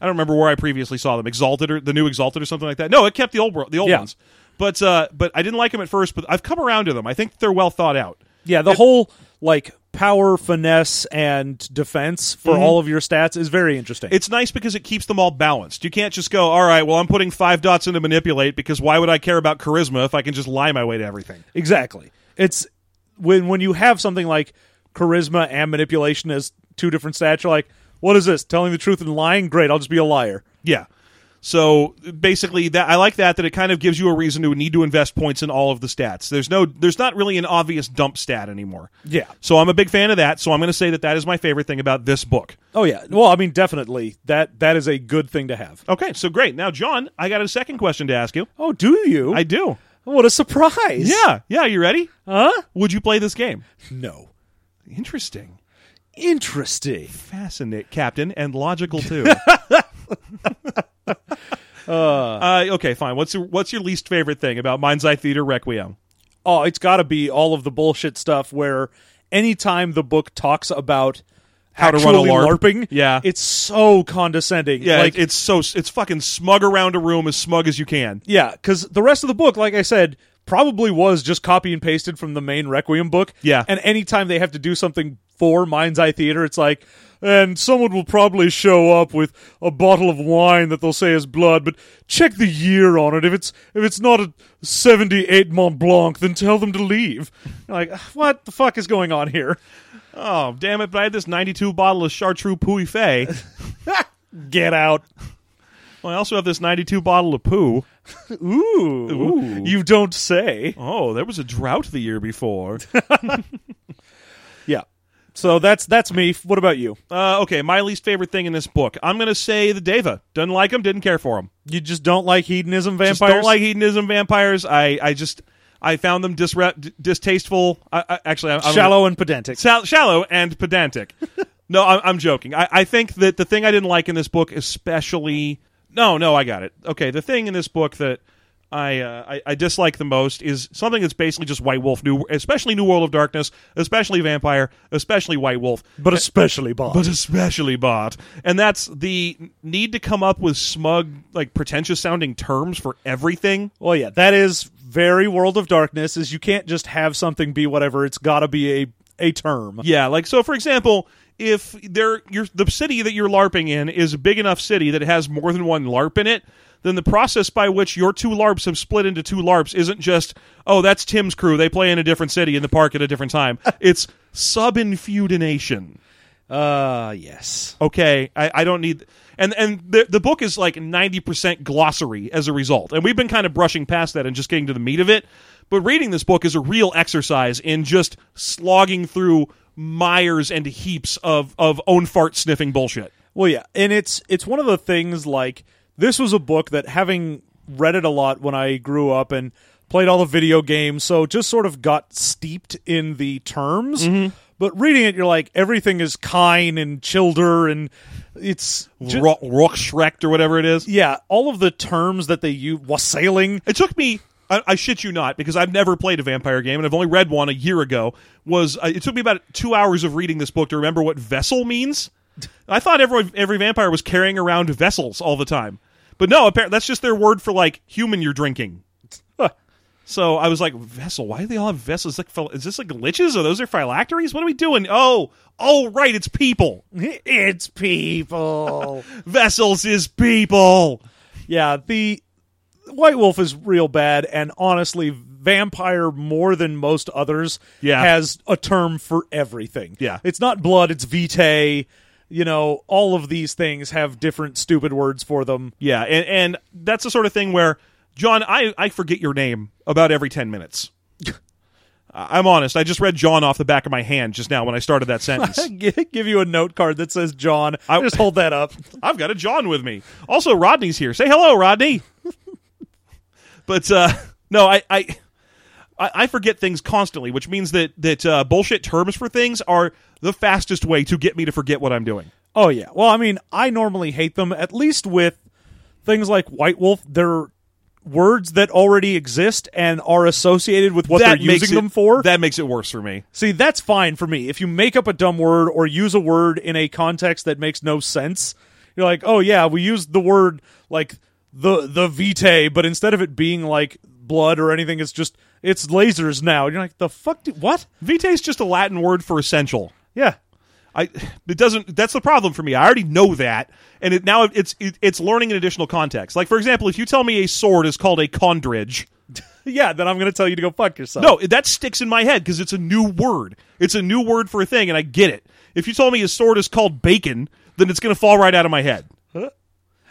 S2: I don't remember where I previously saw them, Exalted or the new Exalted or something like that. No, it kept the old wor- the old
S1: Yeah.
S2: ones, but uh, but I didn't like them at first. But I've come around to them. I think they're well thought out.
S1: Yeah, the whole like power, finesse, and defense for all of your stats is very interesting.
S2: Mm-hmm. It's nice because it keeps them all balanced. You can't just go, all right, well, I'm putting five dots into manipulate because why would I care about charisma if I can just lie my way to everything?
S1: exactly. It's when when you have something like charisma and manipulation as two different stats, you're like, what is this? Telling the truth and lying? Great, I'll just be a liar.
S2: Yeah. So basically, that I like that that it kind of gives you a reason to need to invest points in all of the stats. There's no, there's not really an obvious dump stat anymore.
S1: Yeah.
S2: So I'm a big fan of that. So I'm going to say that that is my favorite thing about this book.
S1: Oh yeah. Well, I mean, definitely that that is a good thing to have.
S2: Okay, so great. Now, John, I got a second question to ask you.
S1: Oh, do you?
S2: I do.
S1: what a surprise.
S2: Yeah, yeah. You ready?
S1: Huh?
S2: Would you play this game?
S1: No.
S2: Interesting,
S1: Interesting.
S2: fascinating, Captain, and logical too. <laughs> uh, okay, fine. What's your, what's your least favorite thing about Mind's Eye Theater Requiem?
S1: oh, it's got to be all of the bullshit stuff where anytime the book talks about
S2: How to run a
S1: actually
S2: LARP.
S1: LARPing,
S2: Yeah.
S1: it's so condescending.
S2: Yeah,
S1: like
S2: it- it's so it's fucking smug around a room as smug as you can.
S1: yeah, because the rest of the book, like I said, probably was just copy and pasted from the main Requiem book.
S2: Yeah.
S1: and anytime they have to do something four Mind's Eye Theater, it's like, and someone will probably show up with a bottle of wine that they'll say is blood, but check the year on it. If it's if it's not a '78 Mont Blanc, then tell them to leave. You're like, what the fuck is going on here? <laughs>
S2: Oh, damn it, but I had this 92 bottle of Chartreuse Pouy <laughs> Fay.
S1: Get out.
S2: well, I also have this 92 bottle of poo.
S1: Ooh,
S2: Ooh.
S1: you don't say.
S2: Oh, there was a drought the year <laughs> before.
S1: Yeah. So that's that's me. What about you?
S2: uh, okay, my least favorite thing in this book. I'm going to say the Deva. Didn't like him, didn't care for him.
S1: You just don't like hedonism vampires.
S2: Just don't like hedonism vampires. I, I just, I found them disre- d- distasteful. I, I, actually, I, I'm gonna-
S1: shallow and pedantic.
S2: Sal- shallow and pedantic. no, I'm, I'm joking. I, I think that the thing I didn't like in this book, especially. No, no, I got it. Okay, the thing in this book that I, uh, I I dislike the most is something that's basically just White Wolf, new, especially New World of Darkness, especially Vampire, especially White Wolf,
S1: but especially Bob.
S2: but especially Bot, and that's the need to come up with smug, like pretentious sounding terms for everything.
S1: well, yeah, that is very World of Darkness. Is you can't just have something be whatever. It's got to be a a term.
S2: Yeah, like so. For example, if there you're, the city that you're larping in is a big enough city that has more than one larp in it, then the process by which your two larps have split into two larps isn't just oh that's Tim's crew they play in a different city in the park at a different time. it's subinfeudination.
S1: Uh, yes.
S2: Okay, I, I don't need and and the the book is like ninety percent glossary as a result, and we've been kind of brushing past that and just getting to the meat of it. But reading this book is a real exercise in just slogging through mires and heaps of of own fart sniffing bullshit.
S1: Well, yeah, and it's it's one of the things like this was a book that having read it a lot when I grew up and played all the video games, so just sort of got steeped in the terms. But reading it, you're like everything is kine and childer, and it's ju-
S2: Ro- Rock Schrecht or whatever it is.
S1: yeah, all of the terms that they use wassailing. <laughs>
S2: It took me. I, I shit you not, because I've never played a vampire game and I've only read one a year ago. Was uh, it took me about two hours of reading this book to remember what vessel means? I thought every every vampire was carrying around vessels all the time, but no. Apparently, that's just their word for like human you're drinking. So I was like, vessel. Why do they all have vessels? Is, like, phil- is this like liches? Are those their phylacteries? What are we doing? Oh, oh, right, it's people.
S1: It's
S2: <laughs>
S1: people.
S2: Vessels is people.
S1: yeah, the White Wolf is real bad, and honestly, vampire more than most others
S2: Yeah.
S1: has a term for everything.
S2: Yeah.
S1: it's not blood; it's vitae. You know, all of these things have different stupid words for them. <laughs>
S2: Yeah, and, and that's the sort of thing where John, I, I forget your name about every ten minutes.
S1: <laughs>
S2: I- I'm honest. I just read John off the back of my hand just now when I
S1: <laughs>
S2: started that sentence.
S1: Give you a note card that says John. I just hold that up.
S2: I've got a John with me. Also, Rodney's here. Say
S1: <laughs>
S2: hello, Rodney. but uh, no, I, I I I forget things constantly, which means that that uh, bullshit terms for things are the fastest way to get me to forget what I'm doing.
S1: Oh yeah. Well, I mean, I normally hate them. At least with things like White Wolf, they're words that already exist and are associated with what
S2: that
S1: they're
S2: makes
S1: using
S2: it-
S1: them for.
S2: That makes it worse for me.
S1: See, that's fine for me. If you make up a dumb word or use a word in a context that makes no sense, you're like, oh yeah, we used the word like the the vitae, but instead of it being like blood or anything, it's just it's lasers now. And you're like, the fuck? Did, what?
S2: Vitae is just a Latin word for essential.
S1: Yeah. <laughs>
S2: I it doesn't that's the problem for me. I already know that, and it now it's it, it's learning an additional context. Like for example, if you tell me a sword is called a chondridge,
S1: Yeah, then I'm gonna tell you to go fuck yourself.
S2: no, that sticks in my head because it's a new word. It's a new word for a thing, and I get it. If you told me a sword is called bacon, then it's going to fall right out of my head.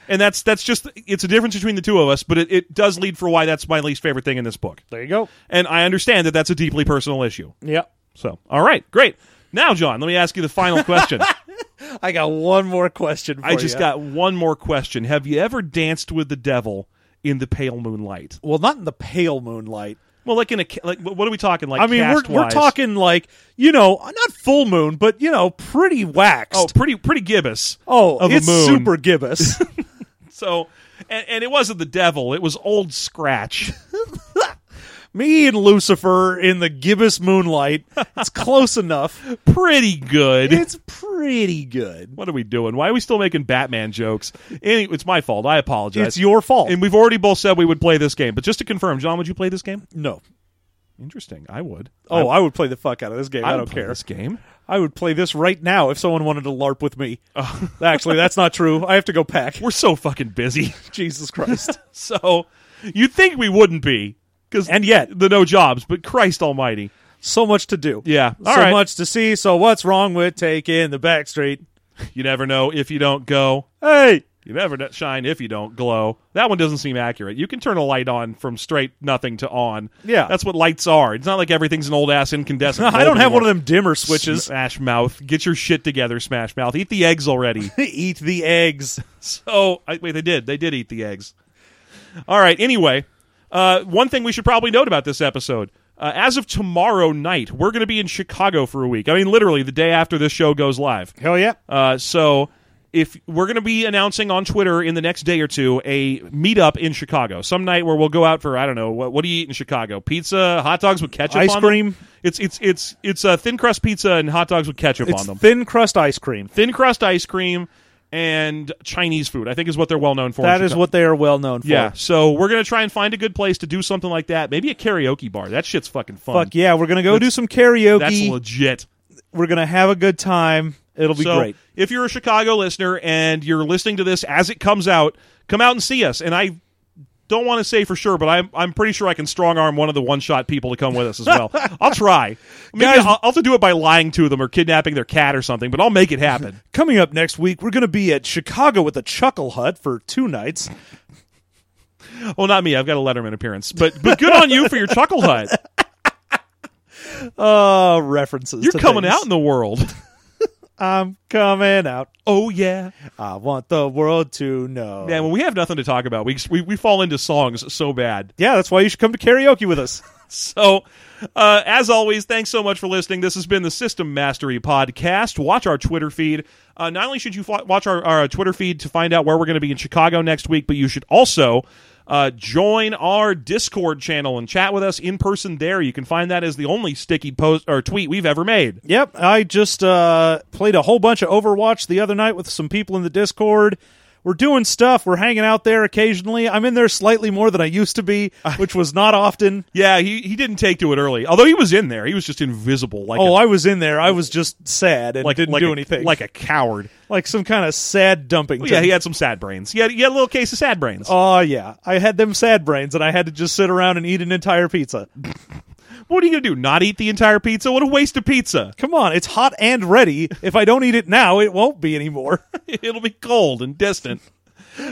S2: And that's that's just it's a difference between the two of us, but it, it does lead for why that's my least favorite thing in this book.
S1: There you go.
S2: And I understand that that's a deeply personal issue.
S1: Yeah.
S2: So, all right, great. Now, John, let me ask you the final question.
S1: I got one more question for
S2: I just
S1: ya.
S2: got one more question. Have you ever danced with the devil in the pale moonlight?
S1: well, not in the pale moonlight.
S2: Well, like in a ca- like, what are we talking? Like,
S1: I mean, we're, we're
S2: cast-wise?
S1: talking like you know, not full moon, but you know, pretty waxed.
S2: Oh, pretty pretty gibbous.
S1: Oh,
S2: of
S1: it's
S2: a moon.
S1: super <laughs> gibbous.
S2: So, and, and it wasn't the devil. It was old Scratch.
S1: Me and Lucifer in the gibbous moonlight. It's close enough.
S2: pretty good.
S1: <laughs> It's pretty good.
S2: what are we doing? Why are we still making Batman jokes? Any, it's my fault. I apologize.
S1: It's your fault.
S2: And we've already both said we would play this game. But just to confirm, John, would you play this game?
S1: no.
S2: Interesting. I would.
S1: Oh, I would play the fuck out of this game. I,
S2: would
S1: don't
S2: play
S1: care.
S2: This game.
S1: I would play this right now if someone wanted to LARP with me. Actually, that's not true. I have to go pack.
S2: We're so fucking busy.
S1: <laughs>
S2: <laughs>
S1: Jesus Christ.
S2: so you'd think we wouldn't be because
S1: And yet-
S2: the no jobs. But Christ Almighty.
S1: so much to do.
S2: Yeah.
S1: so
S2: All right.
S1: much to see. So what's wrong with taking the back street?
S2: You never know if you don't go.
S1: Hey.
S2: You never kn- shine if you don't glow. That one doesn't seem accurate. You can turn a light on from straight nothing to on.
S1: Yeah.
S2: That's what lights are. It's not like everything's an old ass incandescent.
S1: <laughs> I don't have one of them dimmer switches.
S2: Smash mouth. Get your shit together, Smash Mouth. Eat the eggs already.
S1: <laughs> Eat the eggs.
S2: so, I, wait, they did. They did eat the eggs. All right. Anyway, uh, one thing we should probably note about this episode. Uh, as of tomorrow night, we're going to be in Chicago for a week. I mean, literally the day after this show goes live.
S1: Hell yeah.
S2: Uh, so if we're going to be announcing on Twitter in the next day or two a meetup in Chicago, some night where we'll go out for I don't know what, what do you eat in Chicago? Pizza, hot dogs with ketchup,
S1: Ice
S2: on them?
S1: cream.
S2: It's it's it's it's uh, thin crust pizza and hot dogs with ketchup
S1: It's
S2: on them.
S1: thin crust ice cream.
S2: thin crust ice cream and Chinese food. I think is what they're well known for. in
S1: That is
S2: Chicago.
S1: what they are well known for.
S2: Yeah, so we're gonna try and find a good place to do something like that. Maybe a karaoke bar. That shit's fucking fun.
S1: Fuck yeah, we're gonna go do some karaoke.
S2: That's legit.
S1: we're gonna have a good time. It'll be
S2: so
S1: great.
S2: if you're a Chicago listener and you're listening to this as it comes out, come out and see us. And I don't want to say for sure, but I'm I'm pretty sure I can strong arm one of the one shot people to come with us as
S1: <laughs>
S2: well. I'll try. Maybe
S1: Guys-
S2: I'll, I'll have to do it by lying to them or kidnapping their cat or something, but I'll make it happen.
S1: <laughs> Coming up next week, we're gonna be at Chicago with the Chuckle Hut for two nights.
S2: well, not me. I've got a Letterman appearance, but but good on you for your chuckle hut.
S1: Uh references.
S2: You're
S1: to
S2: coming
S1: things.
S2: out in
S1: <laughs>
S2: the world.
S1: I'm coming out.
S2: Oh yeah,
S1: I want the world to know.
S2: man. When we have nothing to talk about, we we, we fall into songs so bad.
S1: yeah, that's why you should come to karaoke with us.
S2: So, uh, as always, thanks so much for listening. This has been the System Mastery Podcast. Watch our Twitter feed. Uh, not only should you fo- watch our, our Twitter feed to find out where we're going to be in Chicago next week, but you should also uh, join our Discord channel and chat with us in person there. You can find that as the only sticky post or tweet we've ever made.
S1: Yep, I just uh, played a whole bunch of Overwatch the other night with some people in the Discord. We're doing stuff. We're hanging out there occasionally. I'm in there slightly more than I used to
S2: <laughs>
S1: be, which was not often.
S2: Yeah, he, he didn't take to it early, although he was in there. He was just invisible, like
S1: Oh,
S2: a,
S1: I was in there. I was just sad and
S2: like
S1: didn't
S2: like
S1: do
S2: a-
S1: anything.
S2: like a coward.
S1: like some kind of sad dumping.
S2: Well, yeah,
S1: thing.
S2: he had some sad brains. He had, he had a little case of sad brains.
S1: Oh yeah, I had them sad brains, and I had to just sit around and eat an entire pizza.
S2: What are you going to do? Not eat the entire pizza? What a waste of pizza. <laughs>
S1: Come on, it's hot and ready. If I don't eat it now, it won't be anymore. <laughs>
S2: It'll be cold and <laughs> distant.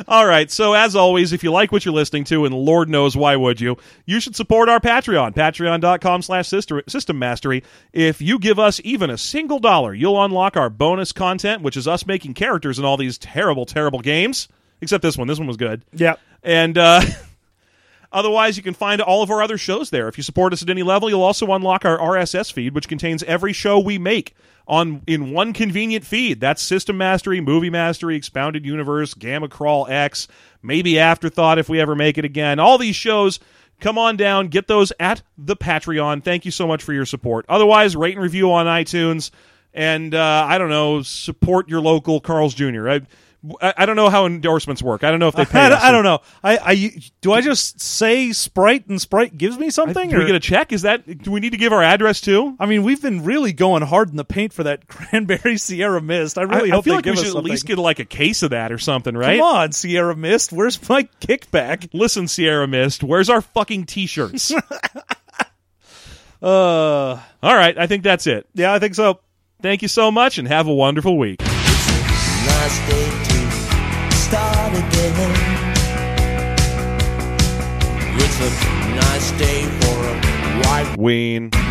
S2: All right, so as always, if you like what you're listening to, and Lord knows why would you, you should support our Patreon, patreon.com slash sister- system mastery. If you give us even a single dollar, you'll unlock our bonus content, which is us making characters in all these terrible, terrible games. Except this one. This one was good.
S1: Yep.
S2: And uh, <laughs> otherwise, you can find all of our other shows there. If you support us at any level, you'll also unlock our RSS feed, which contains every show we make on in one convenient feed. That's System Mastery, Movie Mastery, Expounded Universe, Gamma Crawl X, maybe Afterthought if we ever make it again. All these shows. Come on down, get those at the Patreon. Thank you so much for your support. Otherwise, rate and review on iTunes and uh, I don't know, support your local Carl's Jr. I, I I don't know how endorsements work. I don't know if they pay.
S1: I,
S2: us
S1: I don't know. I, I do I just say Sprite and Sprite gives me something?
S2: Do
S1: or-
S2: we get a check? Is that do we need to give our address too?
S1: I mean, we've been really going hard in the paint for that <laughs> Cranberry Sierra Mist. I really
S2: I,
S1: hope
S2: feel
S1: they
S2: like
S1: give
S2: we
S1: us
S2: should at
S1: something.
S2: least get like a case of that or something, right?
S1: Come on, Sierra Mist. Where's my kickback?
S2: Listen, Sierra Mist, where's our
S1: <laughs>
S2: fucking t-shirts?
S1: Uh,
S2: All right, I think that's it.
S1: yeah, I think so.
S2: Thank you so much, and have a wonderful week.
S3: nice day to start again. It's a nice day for a white
S2: Ween.